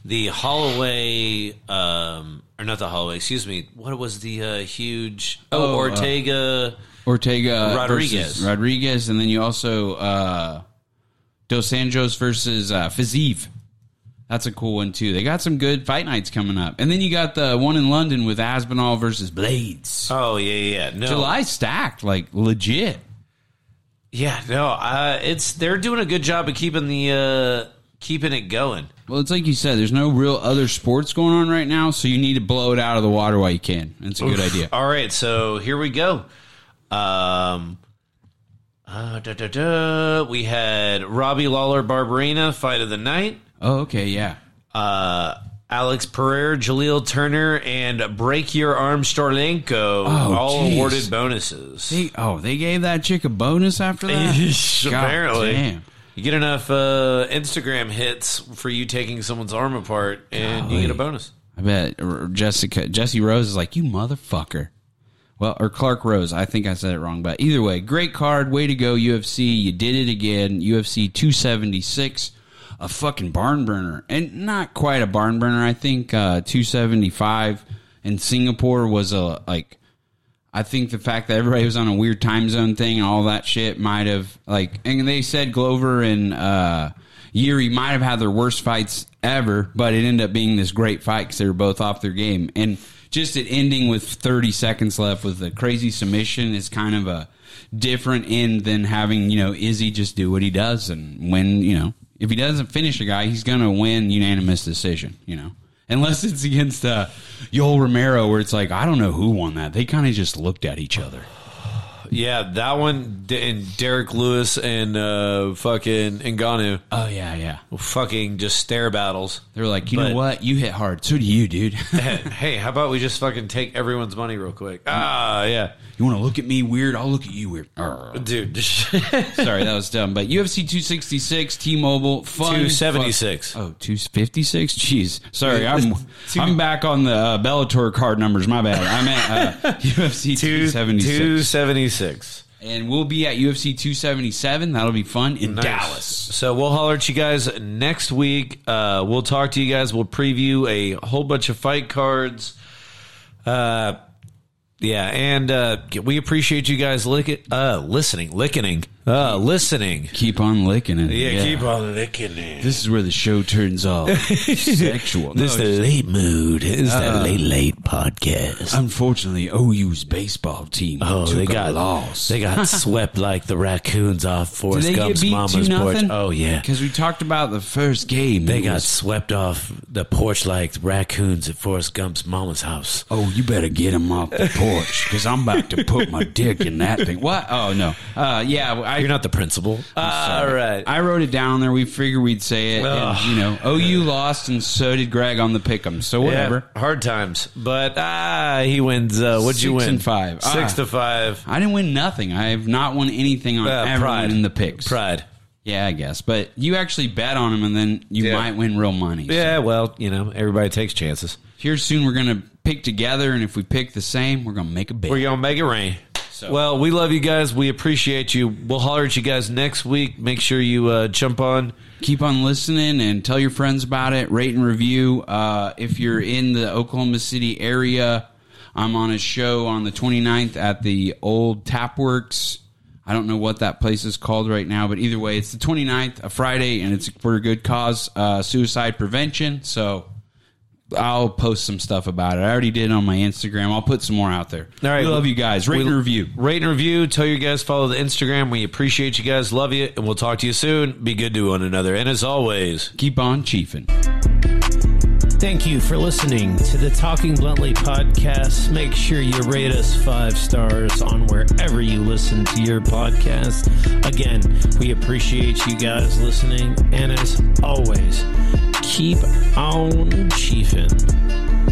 Speaker 6: the Holloway, um, or not the Holloway. Excuse me. What was the uh, huge?
Speaker 5: Oh,
Speaker 6: Oh,
Speaker 5: uh,
Speaker 6: Ortega.
Speaker 5: Ortega
Speaker 6: Rodriguez.
Speaker 5: versus Rodriguez, and then you also uh, Dos Anjos versus uh, Fazeev. That's a cool one too. They got some good fight nights coming up, and then you got the one in London with Aspinall versus Blades.
Speaker 6: Oh yeah, yeah, yeah. no,
Speaker 5: July stacked, like legit.
Speaker 6: yeah, no. Uh, it's they're doing a good job of keeping the uh, keeping it going.
Speaker 5: Well, it's like you said, there's no real other sports going on right now, so you need to blow it out of the water while you can. It's a good idea.
Speaker 6: All right, so here we go. Um, uh, da, da, da. we had Robbie Lawler Barbarina fight of the night.
Speaker 5: Oh, okay, yeah.
Speaker 6: Uh, Alex Pereira, Jaleel Turner, and Break Your Arm Starlenko
Speaker 5: Oh,
Speaker 6: all
Speaker 5: geez.
Speaker 6: awarded bonuses.
Speaker 5: They, oh, they gave that chick a bonus after that. God
Speaker 6: Apparently,
Speaker 5: damn.
Speaker 6: you get enough uh, Instagram hits for you taking someone's arm apart, and you get a
Speaker 5: Golly.
Speaker 6: bonus.
Speaker 5: I bet or Jessica Jesse Rose is like you motherfucker. Well, or Clark Rose. I think I said it wrong, but either way, great card. Way to go, UFC. You did it again. UFC 276, a fucking barn burner, and not quite a barn burner. I think uh, 275 in Singapore was a like. I think the fact that everybody was on a weird time zone thing and all that shit might have like and they said Glover and uh Yuri might have had their worst fights ever, but it ended up being this great fight cuz they were both off their game. And just it ending with 30 seconds left with a crazy submission is kind of a different end than having, you know, Izzy just do what he does and win, you know. If he doesn't finish a guy, he's going to win unanimous decision, you know unless it's against uh, Yoel Romero, where it's like I don't know who won that. They kind of just looked at each other.
Speaker 6: Yeah, that one D- and Derek Lewis and uh, fucking Ngannou
Speaker 5: Oh yeah, yeah.
Speaker 6: fucking just stare battles.
Speaker 5: They were like, you
Speaker 6: But-
Speaker 5: know what? You hit hard. So do you, dude.
Speaker 6: hey, how about we just fucking take everyone's money real quick? Ah, yeah,
Speaker 5: you want to look at me weird? I'll look at you weird. Arr.
Speaker 6: dude.
Speaker 5: Sorry, that was dumb. But UFC 266, T-Mobile, fun,
Speaker 6: 276.
Speaker 5: Fun. Oh, 256? Jeez. Sorry, I'm I'm back on the uh, Bellator card numbers. My bad. I'm at uh, UFC 276.
Speaker 6: Two seventy six.
Speaker 5: And we'll be at UFC 277. That'll be fun in Dallas.
Speaker 6: So we'll holler at you guys next week. Uh, we'll talk to you guys. We'll preview a whole bunch of fight cards. Uh, yeah, and uh, we appreciate you guys lick- uh, listening, licking, uh, listening.
Speaker 5: Keep on licking it.
Speaker 6: on licking it.
Speaker 5: This is where the show turns all sexual.
Speaker 6: This is
Speaker 5: No,
Speaker 6: the late mood. This is
Speaker 8: Uh,
Speaker 6: the late late
Speaker 5: it's-
Speaker 8: um,
Speaker 6: podcast.
Speaker 5: unfortunately, OU's baseball team
Speaker 6: Oh,
Speaker 5: took
Speaker 6: they
Speaker 5: a
Speaker 6: got
Speaker 5: loss.
Speaker 6: They got swept like the raccoons off
Speaker 5: Did
Speaker 6: Forrest
Speaker 5: they get
Speaker 6: Gump's
Speaker 5: beat
Speaker 6: mama's
Speaker 5: two
Speaker 6: porch.
Speaker 5: nothing?
Speaker 6: Oh yeah,
Speaker 5: because we talked about the first game.
Speaker 6: They
Speaker 5: It
Speaker 6: got
Speaker 5: was,
Speaker 6: swept off the porch like raccoons at Forrest Gump's mama's house.
Speaker 5: Oh, you better get him off the porch because I'm about to put my dick in that thing. What? Oh no. Uh, yeah, I,
Speaker 6: You're not the principal. All Ah, right.
Speaker 5: I wrote it down there. We figured we'd say it. And,
Speaker 6: Ugh.
Speaker 5: you know, OU lost, and so did Greg on the pick'em. So whatever.
Speaker 6: hard times, but ah, he wins. Uh, what'd you
Speaker 5: Six
Speaker 6: win?
Speaker 5: and five.
Speaker 6: Six
Speaker 5: Ah.
Speaker 6: to five.
Speaker 5: I didn't win nothing. I have not won anything on
Speaker 6: Uh,
Speaker 5: everyone
Speaker 6: pride
Speaker 5: in the picks.
Speaker 6: Pride.
Speaker 5: Yeah, I guess. But you actually bet on him, and then you
Speaker 6: Yeah.
Speaker 5: might win real money. So
Speaker 6: Yeah. Well, you know, everybody takes chances.
Speaker 5: here soon, we're gonna pick together, and if we pick the same, we're gonna make a bet.
Speaker 6: We're gonna make it rain. Well, we love you guys. We appreciate you. We'll holler at you guys next week. Make sure you uh, jump on.
Speaker 5: Keep on listening and tell your friends about it. Rate and review. Uh, if you're in the Oklahoma City area, I'm on a show on the 29th at the Old Tapworks. I don't know what that place is called right now, but either way, it's the 29th, a Friday, and it's for a good cause, uh, suicide prevention. So I'll post some stuff about it. I already did on my Instagram. I'll put some more out there.
Speaker 6: All right.
Speaker 5: we love you guys. Rate
Speaker 6: We-
Speaker 5: and review.
Speaker 6: Rate and review. Tell your guys follow the Instagram. We appreciate you guys. Love you, and we'll talk to you soon. Be good to one another, and as always.
Speaker 5: Keep on chiefing.
Speaker 8: Thank you for listening to the Talking Bluntly podcast. Make sure you rate us five stars on wherever you listen to your podcast. Again, we appreciate you guys listening. And as always, keep on chiefing.